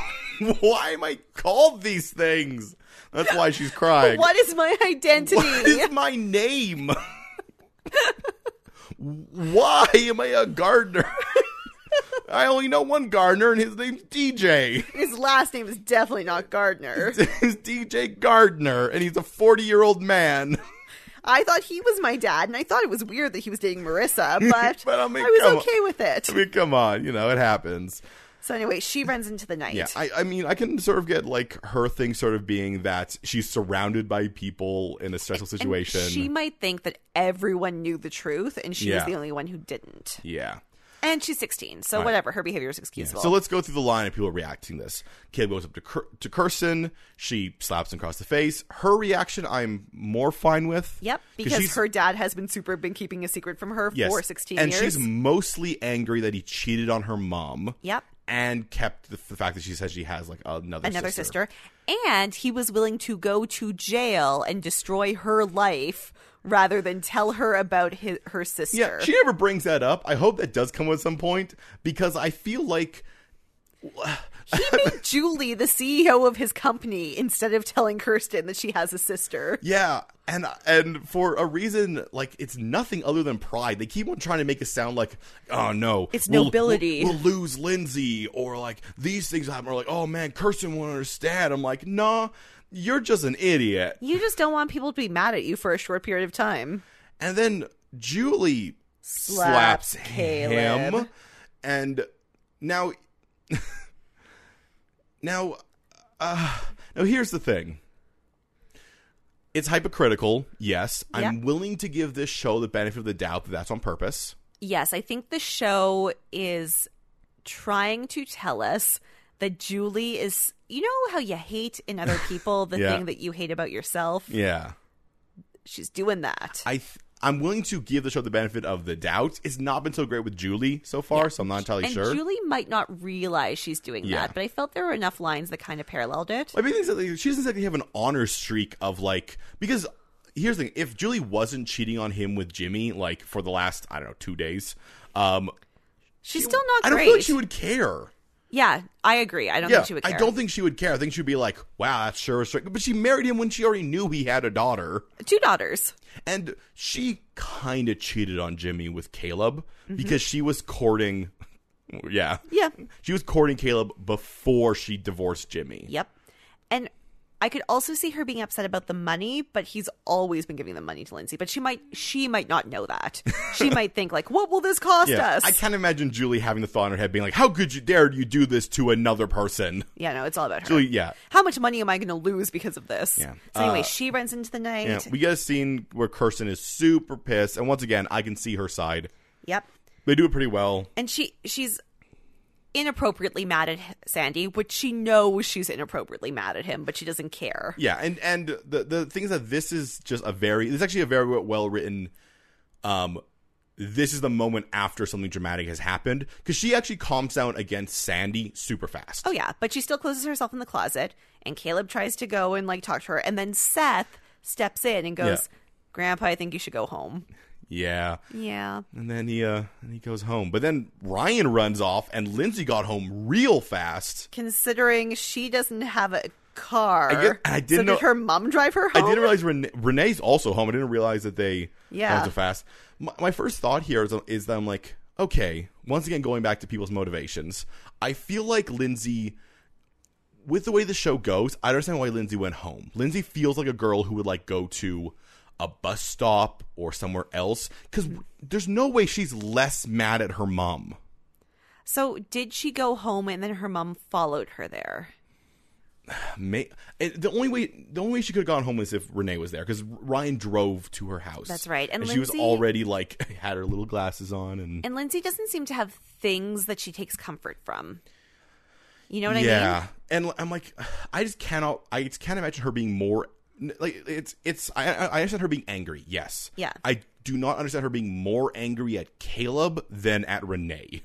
Speaker 1: why am i called these things that's why she's crying
Speaker 2: what is my identity?
Speaker 1: What is my name? Why am I a gardener? I only know one gardener, and his name's DJ.
Speaker 2: His last name is definitely not Gardner.
Speaker 1: It's DJ Gardner, and he's a 40 year old man.
Speaker 2: I thought he was my dad, and I thought it was weird that he was dating Marissa, but,
Speaker 1: But I mean, come on.
Speaker 2: was okay with it.
Speaker 1: I mean, come on, you know, it happens.
Speaker 2: So anyway, she runs into the night.
Speaker 1: Yeah, I, I mean, I can sort of get like her thing sort of being that she's surrounded by people in a stressful
Speaker 2: And
Speaker 1: situation.
Speaker 2: she might think that everyone knew the truth, and she was
Speaker 1: Yeah.
Speaker 2: the only one who didn't.
Speaker 1: yeah.
Speaker 2: And she's 16, so whatever. Her behavior is excusable.
Speaker 1: So let's go through the line of people reacting to this. Kid goes up to, Cur- to Kirsten. She slaps him across the face. Her reaction, I'm more fine with.
Speaker 2: yep,
Speaker 1: 'Cause
Speaker 2: because
Speaker 1: she's-
Speaker 2: her dad has been super been keeping a secret from her
Speaker 1: yes.
Speaker 2: for 16
Speaker 1: and
Speaker 2: years.
Speaker 1: she's mostly angry that he cheated on her mom.
Speaker 2: Yep.
Speaker 1: And kept the, the fact that she says she has like another
Speaker 2: another sister. and he was willing to go to jail and destroy her life rather than tell her about his, her sister.
Speaker 1: Yeah, she never brings that up. I hope that does come at some point because I feel like
Speaker 2: he made Julie the CEO of his company instead of telling Kirsten that she has a sister.
Speaker 1: Yeah, and and for a reason like it's nothing other than pride. They keep on trying to make it sound like, oh no,
Speaker 2: It's
Speaker 1: we'll-
Speaker 2: nobility.
Speaker 1: We'll, we'll lose Lindsay, or like these things happen, or like, oh man, Kirsten won't understand. I'm like, nah, you're just an idiot.
Speaker 2: You just don't want people to be mad at you for a short period of time.
Speaker 1: And then Julie
Speaker 2: Slaps
Speaker 1: slaps,
Speaker 2: Caleb.
Speaker 1: him, and now, now, uh, now here's the thing. It's hypocritical, yes. I'm
Speaker 2: Yeah.
Speaker 1: willing to give this show the benefit of the doubt that that's on purpose.
Speaker 2: Yes, I think the show is trying to tell us that Julie is. You know how you hate in other people the
Speaker 1: Yeah.
Speaker 2: thing that you hate about yourself?
Speaker 1: Yeah,
Speaker 2: She's doing that.
Speaker 1: I. Th- I'm willing to give the show the benefit of the doubt. It's not been so great with Julie so far, so I'm not entirely
Speaker 2: and
Speaker 1: sure.
Speaker 2: Julie might not realize she's doing
Speaker 1: Yeah.
Speaker 2: that, but I felt there were enough lines that kind of paralleled it.
Speaker 1: I mean, things that, like, she doesn't exactly have an honor streak of like because here's the thing: if Julie wasn't cheating on him with Jimmy, like for the last I don't know two days, um,
Speaker 2: She's still not
Speaker 1: I
Speaker 2: great.
Speaker 1: don't feel like she would care.
Speaker 2: Yeah, I agree. I don't
Speaker 1: Yeah,
Speaker 2: think she would care.
Speaker 1: I don't think she would care. I think she'd be like, "Wow, that's sure." Strict. But she married him when she already knew he had a daughter,
Speaker 2: Two daughters.
Speaker 1: and she kind of cheated on Jimmy with Caleb because she was courting. Yeah,
Speaker 2: Mm-hmm. Yeah.
Speaker 1: she was courting Caleb before she divorced Jimmy.
Speaker 2: Yep. And I could also see her being upset about the money, but he's always been giving the money to Lindsay. But she might she might not know that. she might think like, what will this cost us?
Speaker 1: I can't imagine Julie having the thought in her head being like, how could you dare you do this to another person?
Speaker 2: yeah, no, it's all about her.
Speaker 1: Julie, yeah.
Speaker 2: How much money am I going to lose because of this?
Speaker 1: Yeah.
Speaker 2: So anyway,
Speaker 1: Uh,
Speaker 2: she runs into the night.
Speaker 1: Yeah, we get a scene where Kirsten is super pissed, and once again, I can see her side.
Speaker 2: yep.
Speaker 1: They do it pretty well.
Speaker 2: And she she's inappropriately mad at Sandy, which she knows she's inappropriately mad at him, but she doesn't care.
Speaker 1: Yeah, and and the the thing is that this is just a very it's actually a very well written um this is the moment after something dramatic has happened because she actually calms down against Sandy super fast.
Speaker 2: Oh yeah, but she still closes herself in the closet, and Caleb tries to go and like talk to her, and then Seth steps in and goes,
Speaker 1: Yeah.
Speaker 2: "Grandpa, I think you should go home."
Speaker 1: Yeah.
Speaker 2: Yeah,
Speaker 1: And then he uh and he goes home. But then Ryan runs off and Lindsay got home real fast.
Speaker 2: considering she doesn't have a car,
Speaker 1: I get- I didn't
Speaker 2: so
Speaker 1: know-
Speaker 2: did her mom drive her
Speaker 1: I
Speaker 2: home?
Speaker 1: didn't realize Rene- Renee's also home. I didn't realize that they
Speaker 2: Yeah.
Speaker 1: yeah. so fast. My, my first thought here is, is that I'm like, okay, once again, going back to people's motivations, I feel like Lindsay, with the way the show goes, I understand why Lindsay went home. Lindsay feels like a girl who would like go to a bus stop or somewhere else because there's no way she's less mad at her mom.
Speaker 2: So did she go home, and then her mom followed her there?
Speaker 1: May- it- the only way the only way she could have gone home is if Renee was there because Ryan drove to her house.
Speaker 2: That's right. And
Speaker 1: she was
Speaker 2: Lindsay-
Speaker 1: already like had her little glasses on and,
Speaker 2: And Lindsay doesn't seem to have things that she takes comfort from. You know what I mean?
Speaker 1: yeah. And I'm like, I just cannot. I just can't imagine her being more like it's it's. I I I understand her being angry. Yes.
Speaker 2: Yeah.
Speaker 1: I do not understand her being more angry at Caleb than at Renee.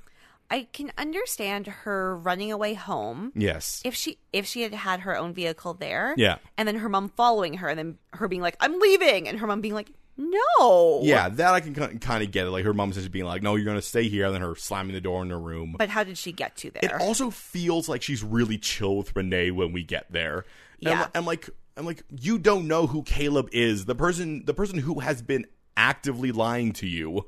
Speaker 2: I can understand her running away home.
Speaker 1: Yes.
Speaker 2: if she if she had had her own vehicle there
Speaker 1: Yeah.
Speaker 2: and then her mom following her and then her being like i'm leaving and her mom being like no
Speaker 1: yeah, that I can kind of get it. Like her mom says, being like, "No, you're gonna stay here," and then her slamming the door in her room.
Speaker 2: but how did she get to there
Speaker 1: It also feels like she's really chill with Renee when we get there. And
Speaker 2: Yeah.
Speaker 1: I'm, I'm like, I'm like, you don't know who Caleb is. The person, the person who has been actively lying to you,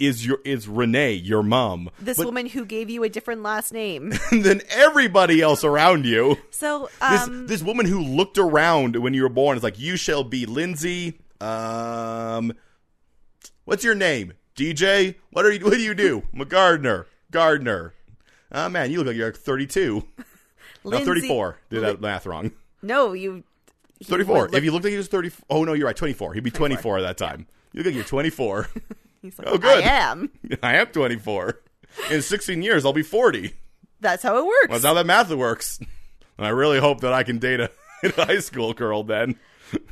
Speaker 1: is your is Renee, your mom.
Speaker 2: this woman who gave you a different last name
Speaker 1: than everybody else around you.
Speaker 2: so
Speaker 1: This
Speaker 2: um
Speaker 1: this woman who looked around when you were born is like, you shall be Lindsay. Um, what's your name, DJ? What are you? What do you do? I'm a gardener. Gardener. oh man, you look like you're like 32. no,
Speaker 2: Lindsay-
Speaker 1: 34. Did that math wrong.
Speaker 2: No, you. he
Speaker 1: 34.
Speaker 2: would
Speaker 1: if
Speaker 2: look-
Speaker 1: you looked like he was 30. Oh, no, you're right. 24. He'd be 24 at that time. You look like you're 24.
Speaker 2: he's like,
Speaker 1: Oh, good.
Speaker 2: I am.
Speaker 1: I am 24. In 16 years, I'll be 40.
Speaker 2: That's how it works.
Speaker 1: That's how that math works. And I really hope that I can date a, a high school girl then.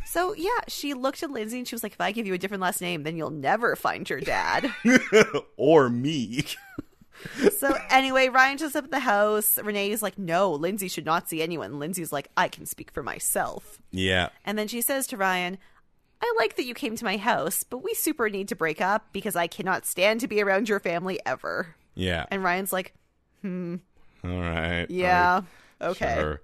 Speaker 2: So yeah, she looked at Lindsay and she was like, "If I give you a different last name, then you'll never find your dad."
Speaker 1: or me.
Speaker 2: so anyway, Ryan shows up at the house. Renee's like, "No, Lindsay should not see anyone." Lindsay's like, "I can speak for myself."
Speaker 1: Yeah.
Speaker 2: And then she says to Ryan, "I like that you came to my house, but we super need to break up because I cannot stand to be around your family ever."
Speaker 1: Yeah.
Speaker 2: And Ryan's like,
Speaker 1: All right.
Speaker 2: "Yeah, okay."
Speaker 1: Sure.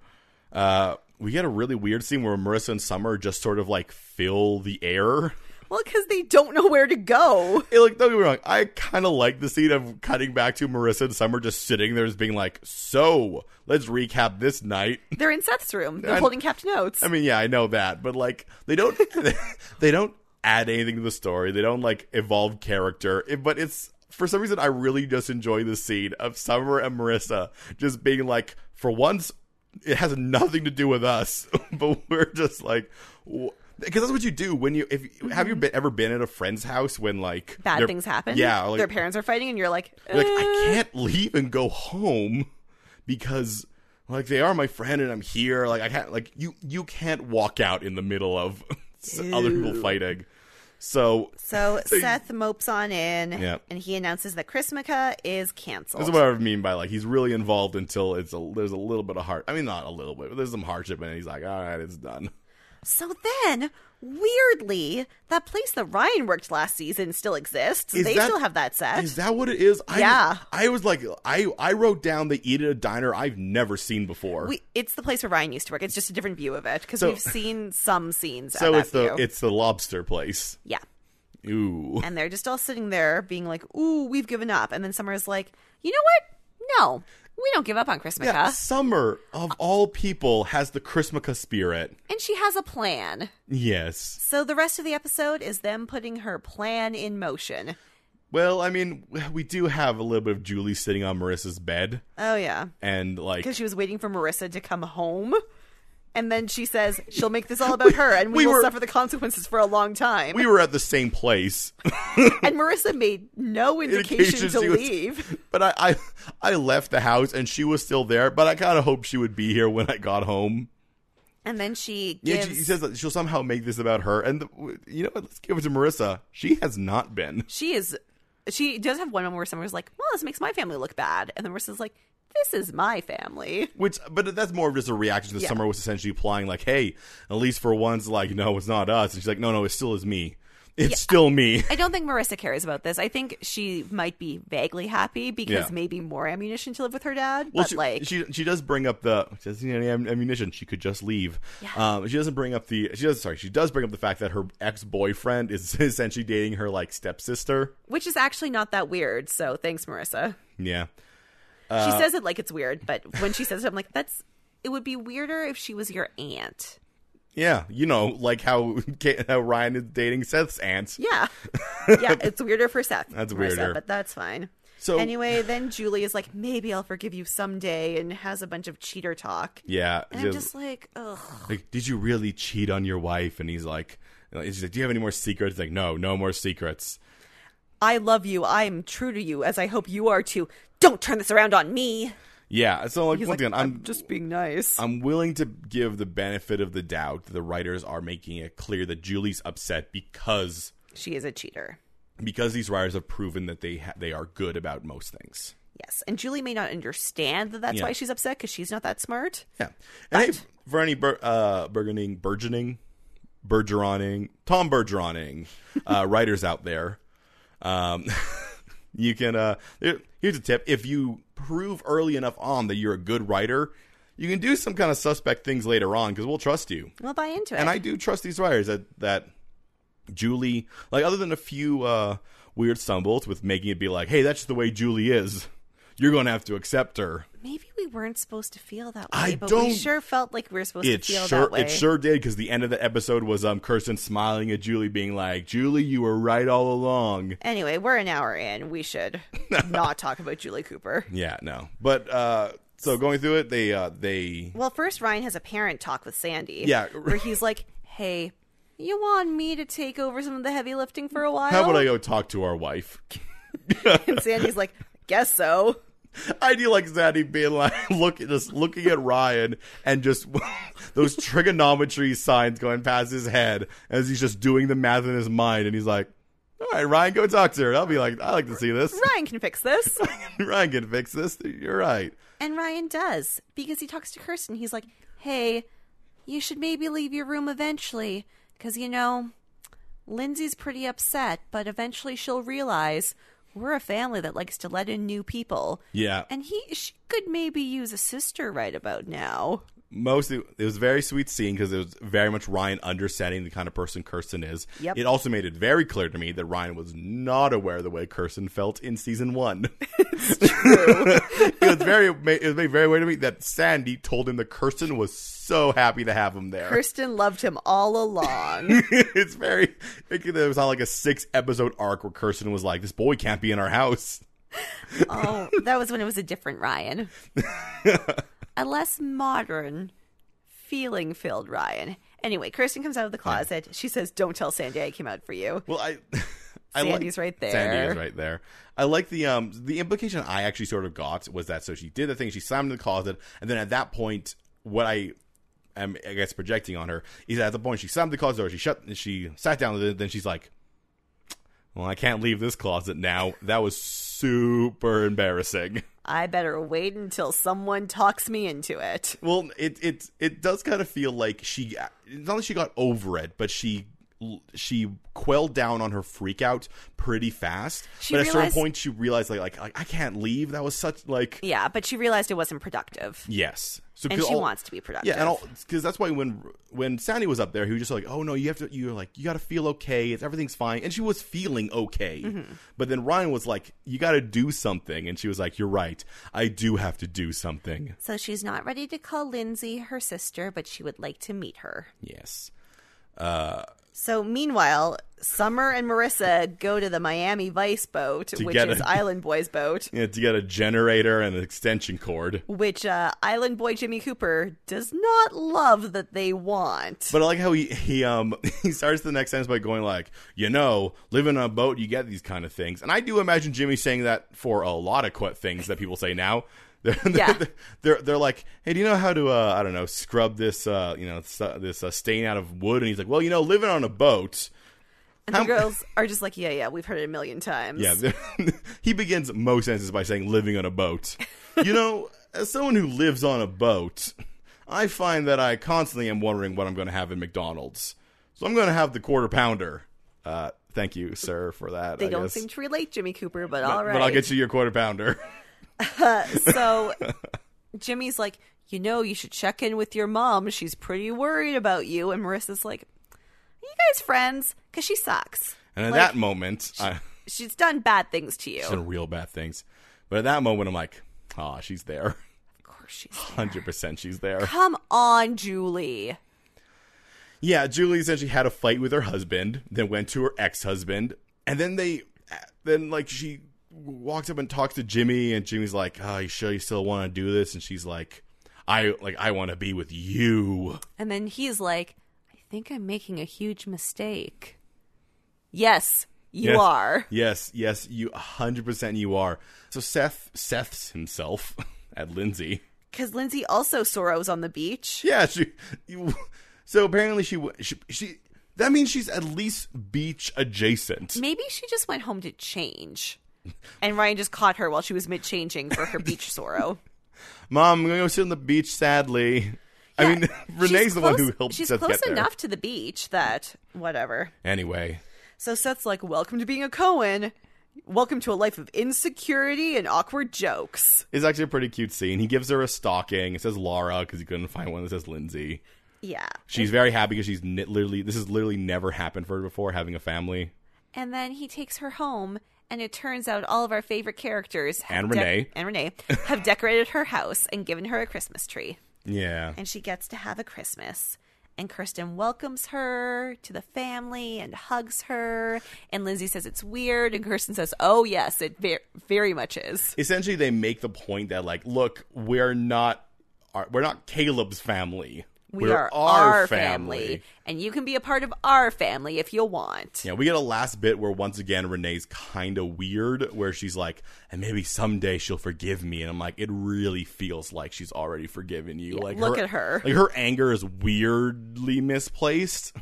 Speaker 1: Uh, we get a really weird scene where Marissa and Summer just sort of like fill the air.
Speaker 2: Well, because they don't know where to go.
Speaker 1: Hey, like, don't get me wrong. I kind of like the scene of cutting back to Marissa and Summer just sitting there, just being like, "So, let's recap this night."
Speaker 2: They're in Seth's room. They're
Speaker 1: And-
Speaker 2: holding Captain Oates.
Speaker 1: I mean, yeah, I know that, but like, they don't, they don't add anything to the story. They don't like evolve character. It- but it's for some reason I really just enjoy the scene of Summer and Marissa just being like, for once, it has nothing to do with us, but we're just like. because that's what you do when you if have you been, ever been at a friend's house when like
Speaker 2: Mm-hmm. Bad
Speaker 1: they're-
Speaker 2: things happen.
Speaker 1: yeah or, like,
Speaker 2: their parents are fighting, and you're like,
Speaker 1: you're like,
Speaker 2: "Uh,
Speaker 1: I can't leave and go home because like they are my friend and I'm here. Like I can't like you you can't walk out in the middle of s- other people fighting. So
Speaker 2: So Seth mopes on in,
Speaker 1: Yeah.
Speaker 2: and he announces that Chrismica is canceled.
Speaker 1: this is what I mean by like he's really involved until it's a there's a little bit of heart. I mean not a little bit, but there's some hardship and he's like, all right, it's done.
Speaker 2: so then, weirdly, that place that Ryan worked last season still exists.
Speaker 1: Is
Speaker 2: they
Speaker 1: that-
Speaker 2: still have that set.
Speaker 1: Is that what it is? I,
Speaker 2: Yeah.
Speaker 1: I was like, I I wrote down they eat at a diner I've never seen before.
Speaker 2: we, it's the place where Ryan used to work. It's just a different view of it because
Speaker 1: So-
Speaker 2: we've seen some scenes. at
Speaker 1: so
Speaker 2: that
Speaker 1: it's the
Speaker 2: view.
Speaker 1: it's the lobster place.
Speaker 2: yeah,
Speaker 1: Ooh.
Speaker 2: and they're just all sitting there being like, "Ooh, we've given up." And then Summer's like, "You know what? No, we don't give up on Chrismica."
Speaker 1: Yeah, Summer of all people has the Chrismica spirit.
Speaker 2: And she has a plan.
Speaker 1: Yes.
Speaker 2: So the rest of the episode is them putting her plan in motion.
Speaker 1: Well, I mean, we do have a little bit of Julie sitting on Marissa's bed,
Speaker 2: Oh yeah.
Speaker 1: and like
Speaker 2: because she was waiting for Marissa to come home. And then she says she'll make this all about her, and we,
Speaker 1: we
Speaker 2: will
Speaker 1: were-
Speaker 2: suffer the consequences for a long time.
Speaker 1: we were at the same place,
Speaker 2: and Marissa made no indication
Speaker 1: Indications
Speaker 2: to
Speaker 1: she was-
Speaker 2: leave.
Speaker 1: but I, I I left the house and she was still there. But I kind of hoped she would be here when I got home.
Speaker 2: And then she
Speaker 1: Yeah,
Speaker 2: gives.
Speaker 1: she, she says that she'll somehow make this about her, and the, you know what? Let's give it to Marissa. She has not been.
Speaker 2: she is. She does have one moment where someone's like, "Well, this makes my family look bad," and then Marissa's like, "This is my family."
Speaker 1: Which, but that's more of just a reaction to
Speaker 2: Yeah.
Speaker 1: Summer was essentially applying, like, hey, at least for once, like, no, it's not us. And she's like, no, no, it still is me. It's still me.
Speaker 2: I don't think Marissa cares about this. I think she might be vaguely happy because
Speaker 1: Yeah.
Speaker 2: maybe more ammunition to live with her dad,
Speaker 1: Well,
Speaker 2: but
Speaker 1: she,
Speaker 2: like
Speaker 1: she she does bring up the she doesn't need any am- ammunition. She could just leave. Um, she doesn't bring up the she does sorry she does bring up the fact that her ex boyfriend is essentially dating her like stepsister.
Speaker 2: which is actually not that weird. So thanks, Marissa.
Speaker 1: Yeah, Uh,
Speaker 2: She says it like it's weird, but when she says it, I'm like, that's. It would be weirder if she was your aunt.
Speaker 1: yeah, you know, like how Ka- how Ryan is dating Seth's aunt.
Speaker 2: Yeah, yeah. It's weirder for Seth.
Speaker 1: That's
Speaker 2: Marissa,
Speaker 1: weirder.
Speaker 2: but that's fine.
Speaker 1: So-
Speaker 2: anyway, then Julie is like, maybe I'll forgive you someday, and has a bunch of cheater talk.
Speaker 1: Yeah,
Speaker 2: And I'm just like, ugh.
Speaker 1: like, did you really cheat on your wife? And he's like, and she's like, do you have any more secrets? He's like, no, no more secrets.
Speaker 2: I love you. I am true to you, as I hope you are too. Don't turn this around on me.
Speaker 1: Yeah, so like
Speaker 2: He's
Speaker 1: once
Speaker 2: like,
Speaker 1: again, I'm
Speaker 2: just being nice.
Speaker 1: I'm willing to give the benefit of the doubt that the writers are making it clear that Julie's upset because
Speaker 2: she is a cheater.
Speaker 1: because these writers have proven that they ha- they are good about most things.
Speaker 2: Yes, and Julie may not understand that that's
Speaker 1: Yeah.
Speaker 2: why she's upset because she's not that smart.
Speaker 1: Yeah, and hey, for any bur- uh, burgeoning, burgeoning, bergeroning, Tom Bergeroning uh, writers out there, um, you can. Uh, there- here's a tip: if you prove early enough on that you're a good writer, you can do some kind of suspect things later on because we'll trust you.
Speaker 2: We'll buy into it.
Speaker 1: and I do trust these writers that that Julie, like other than a few uh, weird stumbles with making it be like, hey, that's just the way Julie is. you're going to have to accept her.
Speaker 2: Maybe we weren't supposed to feel that way,
Speaker 1: I
Speaker 2: but
Speaker 1: don't-
Speaker 2: we sure felt like we were supposed
Speaker 1: It
Speaker 2: to feel
Speaker 1: sure
Speaker 2: that way.
Speaker 1: it sure did because the end of the episode was um Kirsten smiling at Julie, being like, "Julie, you were right all along."
Speaker 2: Anyway, we're an hour in. We should not talk about Julie Cooper.
Speaker 1: Yeah, no, but uh, so going through it, they uh, they
Speaker 2: Well, first Ryan has a parent talk with Sandy.
Speaker 1: Yeah.
Speaker 2: where he's like, "Hey, you want me to take over some of the heavy lifting for a while?"
Speaker 1: how would I go talk to our wife?
Speaker 2: and Sandy's like, "Guess so."
Speaker 1: I do like Zaddy being like look just looking at Ryan and just those trigonometry signs going past his head as he's just doing the math in his mind and he's like, All right, Ryan, go talk to her. I'll be like, I like to see this.
Speaker 2: Ryan can fix this,
Speaker 1: Ryan can fix this. You're right.
Speaker 2: and Ryan does because he talks to Kirsten. He's like, "Hey, you should maybe leave your room eventually, because you know, Lindsay's pretty upset, but eventually she'll realize." We're a family that likes to let in new people.
Speaker 1: Yeah.
Speaker 2: And he she could maybe use a sister right about now.
Speaker 1: mostly it was a very sweet scene because it was very much Ryan understanding the kind of person Kirsten is.
Speaker 2: Yep.
Speaker 1: It also made it very clear to me that Ryan was not aware of the way Kirsten felt in season one. it was very it was made very aware to me that Sandy told him that Kirsten was so happy to have him there.
Speaker 2: Kirsten loved him all along.
Speaker 1: it's very it, it was on like a six episode arc where Kirsten was like, "This boy can't be in our house."
Speaker 2: oh, that was when it was a different Ryan. a less modern, feeling filled Ryan. Anyway, Kirsten comes out of the closet. She says, Don't tell Sandy I came out for you.
Speaker 1: Well, I. I
Speaker 2: Sandy's right there.
Speaker 1: Sandy is right there. I like the um the implication I actually sort of got was that so she did the thing she slammed in the closet and then at that point what I am I guess projecting on her is that at the point she slammed the closet door she shut she sat down and then she's like well I can't leave this closet now that was super embarrassing.
Speaker 2: I better wait until someone talks me into it.
Speaker 1: Well, it it it does kind of feel like she it's not that she got over it, but she she quelled down on her freak out pretty fast.
Speaker 2: She
Speaker 1: but at a
Speaker 2: realized-
Speaker 1: certain point, she realized like, like like I can't leave. That was such like
Speaker 2: Yeah, but she realized it wasn't productive.
Speaker 1: yes. So
Speaker 2: And
Speaker 1: 'cause
Speaker 2: she
Speaker 1: all-
Speaker 2: wants to be productive.
Speaker 1: yeah, and all because that's why when when Sandy was up there, he was just like, "Oh no, you have to. You're like, you got to feel okay. It's everything's fine." And she was feeling okay,
Speaker 2: Mm-hmm.
Speaker 1: but then Ryan was like, "You got to do something," and she was like, "You're right. I do have to do something."
Speaker 2: so she's not ready to call Lindsay her sister, but she would like to meet her.
Speaker 1: Yes.
Speaker 2: So meanwhile, Summer and Marissa go to the Miami Vice boat, which
Speaker 1: get
Speaker 2: is
Speaker 1: a-
Speaker 2: Island Boy's boat,
Speaker 1: Yeah, to get a generator and an extension cord.
Speaker 2: which uh, Island Boy Jimmy Cooper does not love that they want.
Speaker 1: But I like how he he um he starts the next sentence by going like, you know, living on a boat, you get these kind of things. And I do imagine Jimmy saying that for a lot of qu- things that people say now. They're, they're,
Speaker 2: Yeah.
Speaker 1: they're they're like, hey, do you know how to uh, I don't know scrub this uh you know s- this uh, stain out of wood? And he's like, well, you know, living on a boat.
Speaker 2: and the girls are just like, yeah, yeah, we've heard it a million times.
Speaker 1: Yeah, he begins most sentences by saying living on a boat. you know, as someone who lives on a boat, I find that I constantly am wondering what I'm going to have in McDonald's. So I'm going to have the quarter pounder. Uh, thank you, sir, for that.
Speaker 2: they
Speaker 1: I
Speaker 2: don't
Speaker 1: guess.
Speaker 2: seem to relate Jimmy Cooper, but all right.
Speaker 1: But I'll get you your quarter pounder.
Speaker 2: so Jimmy's like, you know, you should check in with your mom. She's pretty worried about you. And Marissa's like, are you guys friends? Because she sucks.
Speaker 1: And at
Speaker 2: Like,
Speaker 1: that moment, I,
Speaker 2: she's done bad things to you.
Speaker 1: done real bad things. But at that moment, I'm like, ah, she's there.
Speaker 2: of course she's.
Speaker 1: 100% she's there.
Speaker 2: Come on, Julie.
Speaker 1: Yeah, Julie said she had a fight with her husband, then went to her ex-husband, and then they, then like she walks up and talks to Jimmy, and Jimmy's like, "Oh, you sure you still want to do this?" And she's like, "I like I want to be with you."
Speaker 2: And then he's like, I think I'm making a huge mistake. Yes, you
Speaker 1: Yes.
Speaker 2: are.
Speaker 1: Yes, yes, you hundred percent you are. So Seth Seths himself at Lindsay.
Speaker 2: Because Lindsay also sorrows on the beach.
Speaker 1: Yeah, she. You, so apparently she w- she she. That means she's at least beach adjacent.
Speaker 2: Maybe she just went home to change. And Ryan just caught her while she was mid changing for her beach sorrow.
Speaker 1: Mom, I'm gonna go sit on the beach. Sadly, I mean, Renee's
Speaker 2: She's
Speaker 1: the one who
Speaker 2: close-
Speaker 1: helped
Speaker 2: She's
Speaker 1: Seth
Speaker 2: close
Speaker 1: get there.
Speaker 2: enough to the beach that whatever.
Speaker 1: Anyway,
Speaker 2: So Seth's like, Welcome to being a Cohen. Welcome to a life of insecurity and awkward jokes.
Speaker 1: it's actually a pretty cute scene. He gives her a stocking. It says Laura because he couldn't find one that says Lindsay.
Speaker 2: Yeah.
Speaker 1: She's very happy because she's ni- literally this has literally never happened for her before having a family.
Speaker 2: And then he takes her home And it turns out all of our favorite characters have
Speaker 1: And
Speaker 2: dec-
Speaker 1: Renee.
Speaker 2: and Renee have decorated her house and given her a Christmas tree.
Speaker 1: Yeah.
Speaker 2: And she gets to have a Christmas. And Kirsten welcomes her to the family and hugs her. And Lindsay says it's weird. And Kirsten says, oh, yes, it ver- very much is.
Speaker 1: Essentially, they make the point that like, look, we're not, our, we're not Caleb's family.
Speaker 2: We
Speaker 1: We're
Speaker 2: are our family. And you can be a part of our family if you want.
Speaker 1: Yeah, we get a last bit where once again Renee's kind of weird, where she's like, and maybe someday she'll forgive me. And I'm like, it really feels like she's already forgiven you. like,
Speaker 2: look at her.
Speaker 1: Like, her anger is weirdly misplaced.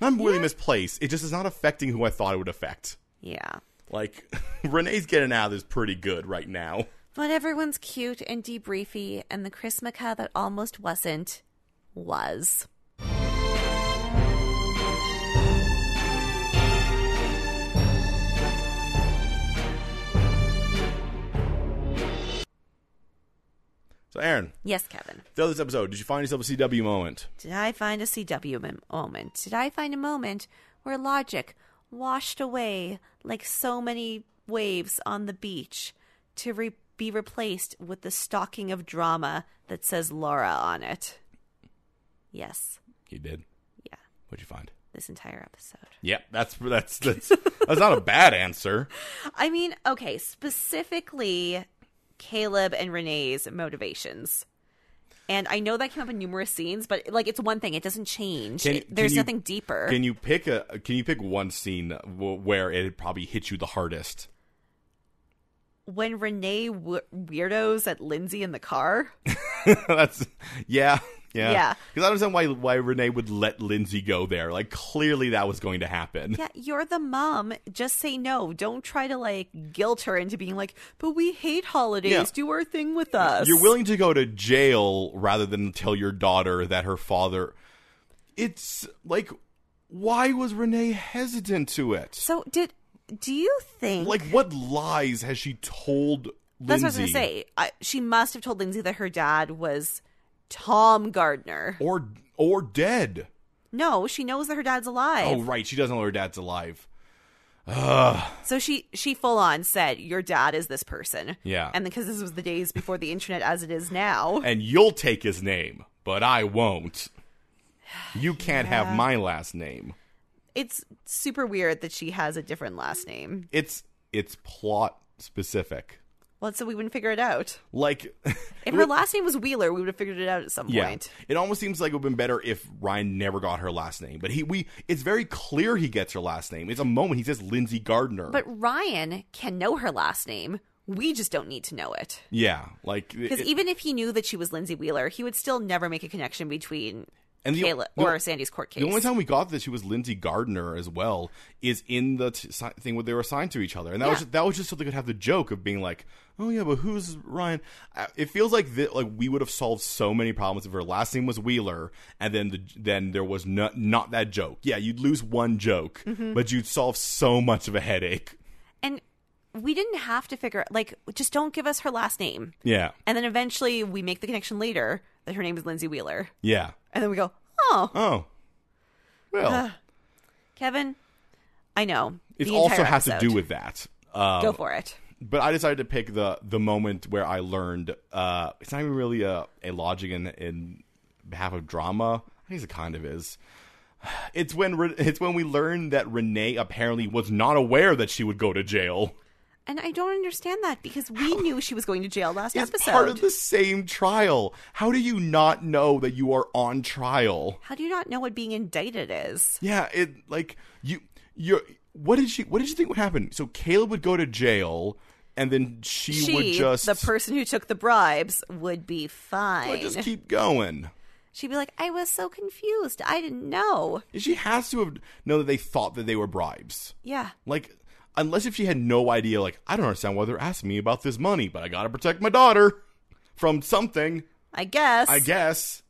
Speaker 1: Not weirdly misplaced, it just is not affecting who I thought it would affect.
Speaker 2: Yeah.
Speaker 1: Like, Renee's getting out of this pretty good right now.
Speaker 2: But everyone's cute and debriefy, and the Chrismica that almost wasn't was.
Speaker 1: So, Aaron,
Speaker 2: Yes, Kevin.
Speaker 1: throughout this episode, did you find yourself a CW moment?
Speaker 2: Did I find a CW mom- moment? Did I find a moment where logic washed away like so many waves on the beach to re- be replaced with the stocking of drama that says Laura on it? Yes.
Speaker 1: You did.
Speaker 2: Yeah.
Speaker 1: What'd you find?
Speaker 2: This entire episode.
Speaker 1: Yep, that's that's that's that's not a bad answer.
Speaker 2: I mean, okay, specifically Caleb and Renee's motivations. And I know that came up in numerous scenes, but like it's one thing; it doesn't change.
Speaker 1: Can-
Speaker 2: It-
Speaker 1: can
Speaker 2: there's
Speaker 1: you-
Speaker 2: nothing deeper.
Speaker 1: Can you pick a? Can you pick one scene w- where it probably hit you the hardest?
Speaker 2: when Renee w- weirdos at Lindsay in the car.
Speaker 1: That's yeah, yeah.
Speaker 2: Yeah.
Speaker 1: Because I don't understand why why Renee would let Lindsay go there. Like clearly that was going to happen.
Speaker 2: yeah, you're the mom. Just say no. Don't try to like guilt her into being like, but we hate holidays.
Speaker 1: Yeah.
Speaker 2: Do our thing with us.
Speaker 1: You're willing to go to jail rather than tell your daughter that her father. It's like, why was Renee hesitant to it?
Speaker 2: So did do you think?
Speaker 1: Like, what lies has she told?
Speaker 2: that's
Speaker 1: Lindsay?
Speaker 2: what I was gonna say. I, she must have told Lindsay that her dad was Tom Gardner.
Speaker 1: Or or dead.
Speaker 2: No, she knows that her dad's
Speaker 1: Oh
Speaker 2: alive.
Speaker 1: right, she doesn't know her dad's alive.
Speaker 2: So she she full on said, "Your dad is this person."
Speaker 1: Yeah.
Speaker 2: and because this was the days before the internet as it is now.
Speaker 1: and you'll take his name, but I won't. You can't have my last name.
Speaker 2: it's super weird that she has a different last name.
Speaker 1: It's it's plot specific.
Speaker 2: Well, so we wouldn't figure it out.
Speaker 1: Like
Speaker 2: If her last name was Wheeler, we would have figured it out at some
Speaker 1: yeah.
Speaker 2: point.
Speaker 1: It almost seems like it would have been better if Ryan never got her last name, but he we it's very clear he gets her last name. It's a moment he says Lindsay Gardner.
Speaker 2: But Ryan can know her last name. We just don't need to know it.
Speaker 1: yeah, like it-
Speaker 2: Because E
Speaker 1: it-
Speaker 2: even if he knew that she was Lindsay Wheeler, he would still never make a connection between
Speaker 1: and the-
Speaker 2: Kayla
Speaker 1: the-
Speaker 2: or Sandy's court case.
Speaker 1: The only time we got that she was Lindsay Gardner as well is in the t- si- thing where they were assigned to each other, and that was
Speaker 2: Yeah.
Speaker 1: just, that was just so they could have the joke of being like, "Oh yeah, but who's Ryan?" I- It feels like thi- like we would have solved so many problems if her last name was Wheeler, and then the, then there was not not that joke. Yeah, you'd lose one joke,
Speaker 2: Mm-hmm.
Speaker 1: but you'd solve so much of a headache.
Speaker 2: and we didn't have to figure like just don't give us her last name.
Speaker 1: Yeah,
Speaker 2: And then eventually we make the connection later that her name is Lindsay Wheeler.
Speaker 1: yeah.
Speaker 2: And then we go, "Oh,
Speaker 1: Oh, well,
Speaker 2: Kevin, I know."
Speaker 1: it
Speaker 2: Uh, the
Speaker 1: also
Speaker 2: entire
Speaker 1: has to do
Speaker 2: episode.
Speaker 1: with that. Um,
Speaker 2: Go for it.
Speaker 1: but I decided to pick the the moment where I learned uh, it's not even really a, a logic in, in behalf of drama. I guess it kind of is. It's when Re- it's when we learned that Renee apparently was not aware that she would go to jail.
Speaker 2: And I don't understand that because we knew she was going to jail last
Speaker 1: It's
Speaker 2: episode.
Speaker 1: part of the same trial. How do you not know that you are on trial?
Speaker 2: How do you not know what being indicted is?
Speaker 1: Yeah, it like you you what did she what did you think would happen? So Caleb would go to jail and then she,
Speaker 2: She,
Speaker 1: would just
Speaker 2: the person who took the bribes, would be
Speaker 1: would
Speaker 2: fine.
Speaker 1: just keep going.
Speaker 2: She'd be like, I was so confused. I didn't know.
Speaker 1: She has to have known that they thought that they were bribes.
Speaker 2: Yeah.
Speaker 1: Like, unless if she had no idea, like, I don't understand why they're asking me about this money, but I gotta protect my daughter from something,
Speaker 2: I guess.
Speaker 1: I guess.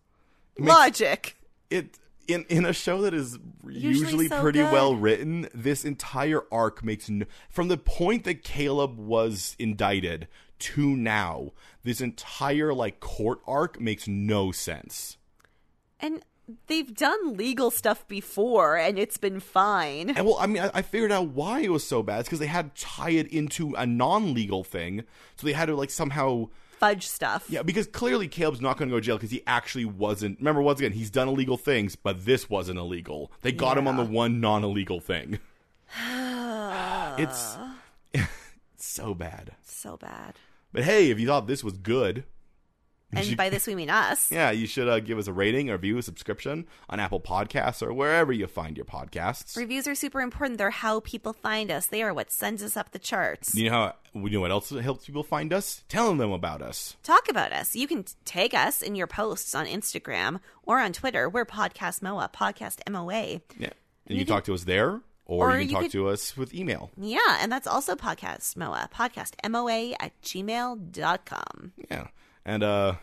Speaker 2: Logic.
Speaker 1: It in in a show that is usually,
Speaker 2: so
Speaker 1: pretty
Speaker 2: good.
Speaker 1: well written, this entire arc makes no, from the point that Caleb was indicted to now, this entire like court arc makes no sense.
Speaker 2: And they've done legal stuff before and it's been fine.
Speaker 1: And well, I mean, I, I figured out why it was so bad. It's because they had to tie it into a non-legal thing, so they had to like somehow.
Speaker 2: Fudge stuff.
Speaker 1: Yeah, because clearly Caleb's not going to go to jail because he actually wasn't. Remember, once again, he's done illegal things, but this wasn't illegal. They got him on the one non-illegal thing. it's so bad.
Speaker 2: So bad.
Speaker 1: But hey, if you thought this was good, you
Speaker 2: And
Speaker 1: should-
Speaker 2: by this we mean us.
Speaker 1: yeah, you should uh, give us a rating, a review, a subscription on Apple Podcasts or wherever you find your podcasts.
Speaker 2: Reviews are super important. They're how people find us. They are what sends us up the charts.
Speaker 1: you know how we know what else helps people find us? Telling them about us.
Speaker 2: Talk about us. You can t- tag us in your posts on Instagram or on Twitter. We're Podcast MOA, Podcast MOA.
Speaker 1: Yeah. And you, can talk to us there, or,
Speaker 2: or
Speaker 1: you can
Speaker 2: you
Speaker 1: talk
Speaker 2: could-
Speaker 1: to us with email.
Speaker 2: Yeah, and that's also Podcast MOA, Podcast MOA at gmail.com.
Speaker 1: Yeah. And uh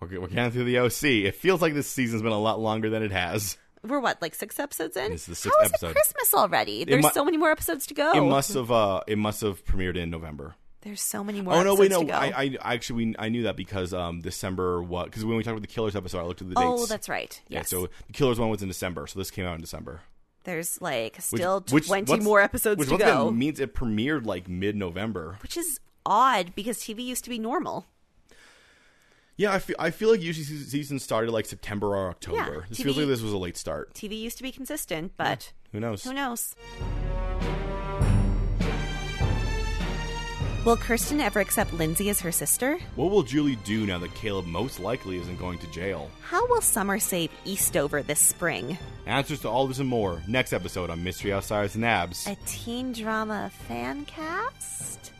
Speaker 1: we're, g- we're getting through the OC. It feels like this season's been a lot longer than it has.
Speaker 2: We're what, like six episodes in?
Speaker 1: This is the sixth
Speaker 2: How is
Speaker 1: episode.
Speaker 2: it Christmas already? There's
Speaker 1: mu-
Speaker 2: so many more episodes to go.
Speaker 1: It must have uh it must have premiered in November.
Speaker 2: There's so many more
Speaker 1: oh no,
Speaker 2: episodes
Speaker 1: wait, no.
Speaker 2: to go.
Speaker 1: I, I I actually we, I knew that because um December what because when we talked about the Killers episode, I looked at the dates.
Speaker 2: oh, that's right.
Speaker 1: yeah.
Speaker 2: Yes.
Speaker 1: So the Killers one was in December, so this came out in December.
Speaker 2: There's like still
Speaker 1: which
Speaker 2: 20
Speaker 1: once-
Speaker 2: more episodes
Speaker 1: which
Speaker 2: to
Speaker 1: once
Speaker 2: go.
Speaker 1: again means it premiered like mid-November.
Speaker 2: which is odd because TV used to be normal.
Speaker 1: Yeah, I feel I feel like usually se- season started like September or October.
Speaker 2: Yeah,
Speaker 1: this
Speaker 2: TV
Speaker 1: feels like this was a late start.
Speaker 2: TV used to be consistent, but
Speaker 1: Who knows?
Speaker 2: who knows? Will Kirsten ever accept Lindsay as her sister?
Speaker 1: What will Julie do now that Caleb most likely isn't going to jail?
Speaker 2: How will Summer save Eastover this spring?
Speaker 1: Answers to all this and more next episode on Mystery Outsiders and Abs.
Speaker 2: A teen drama fan cast?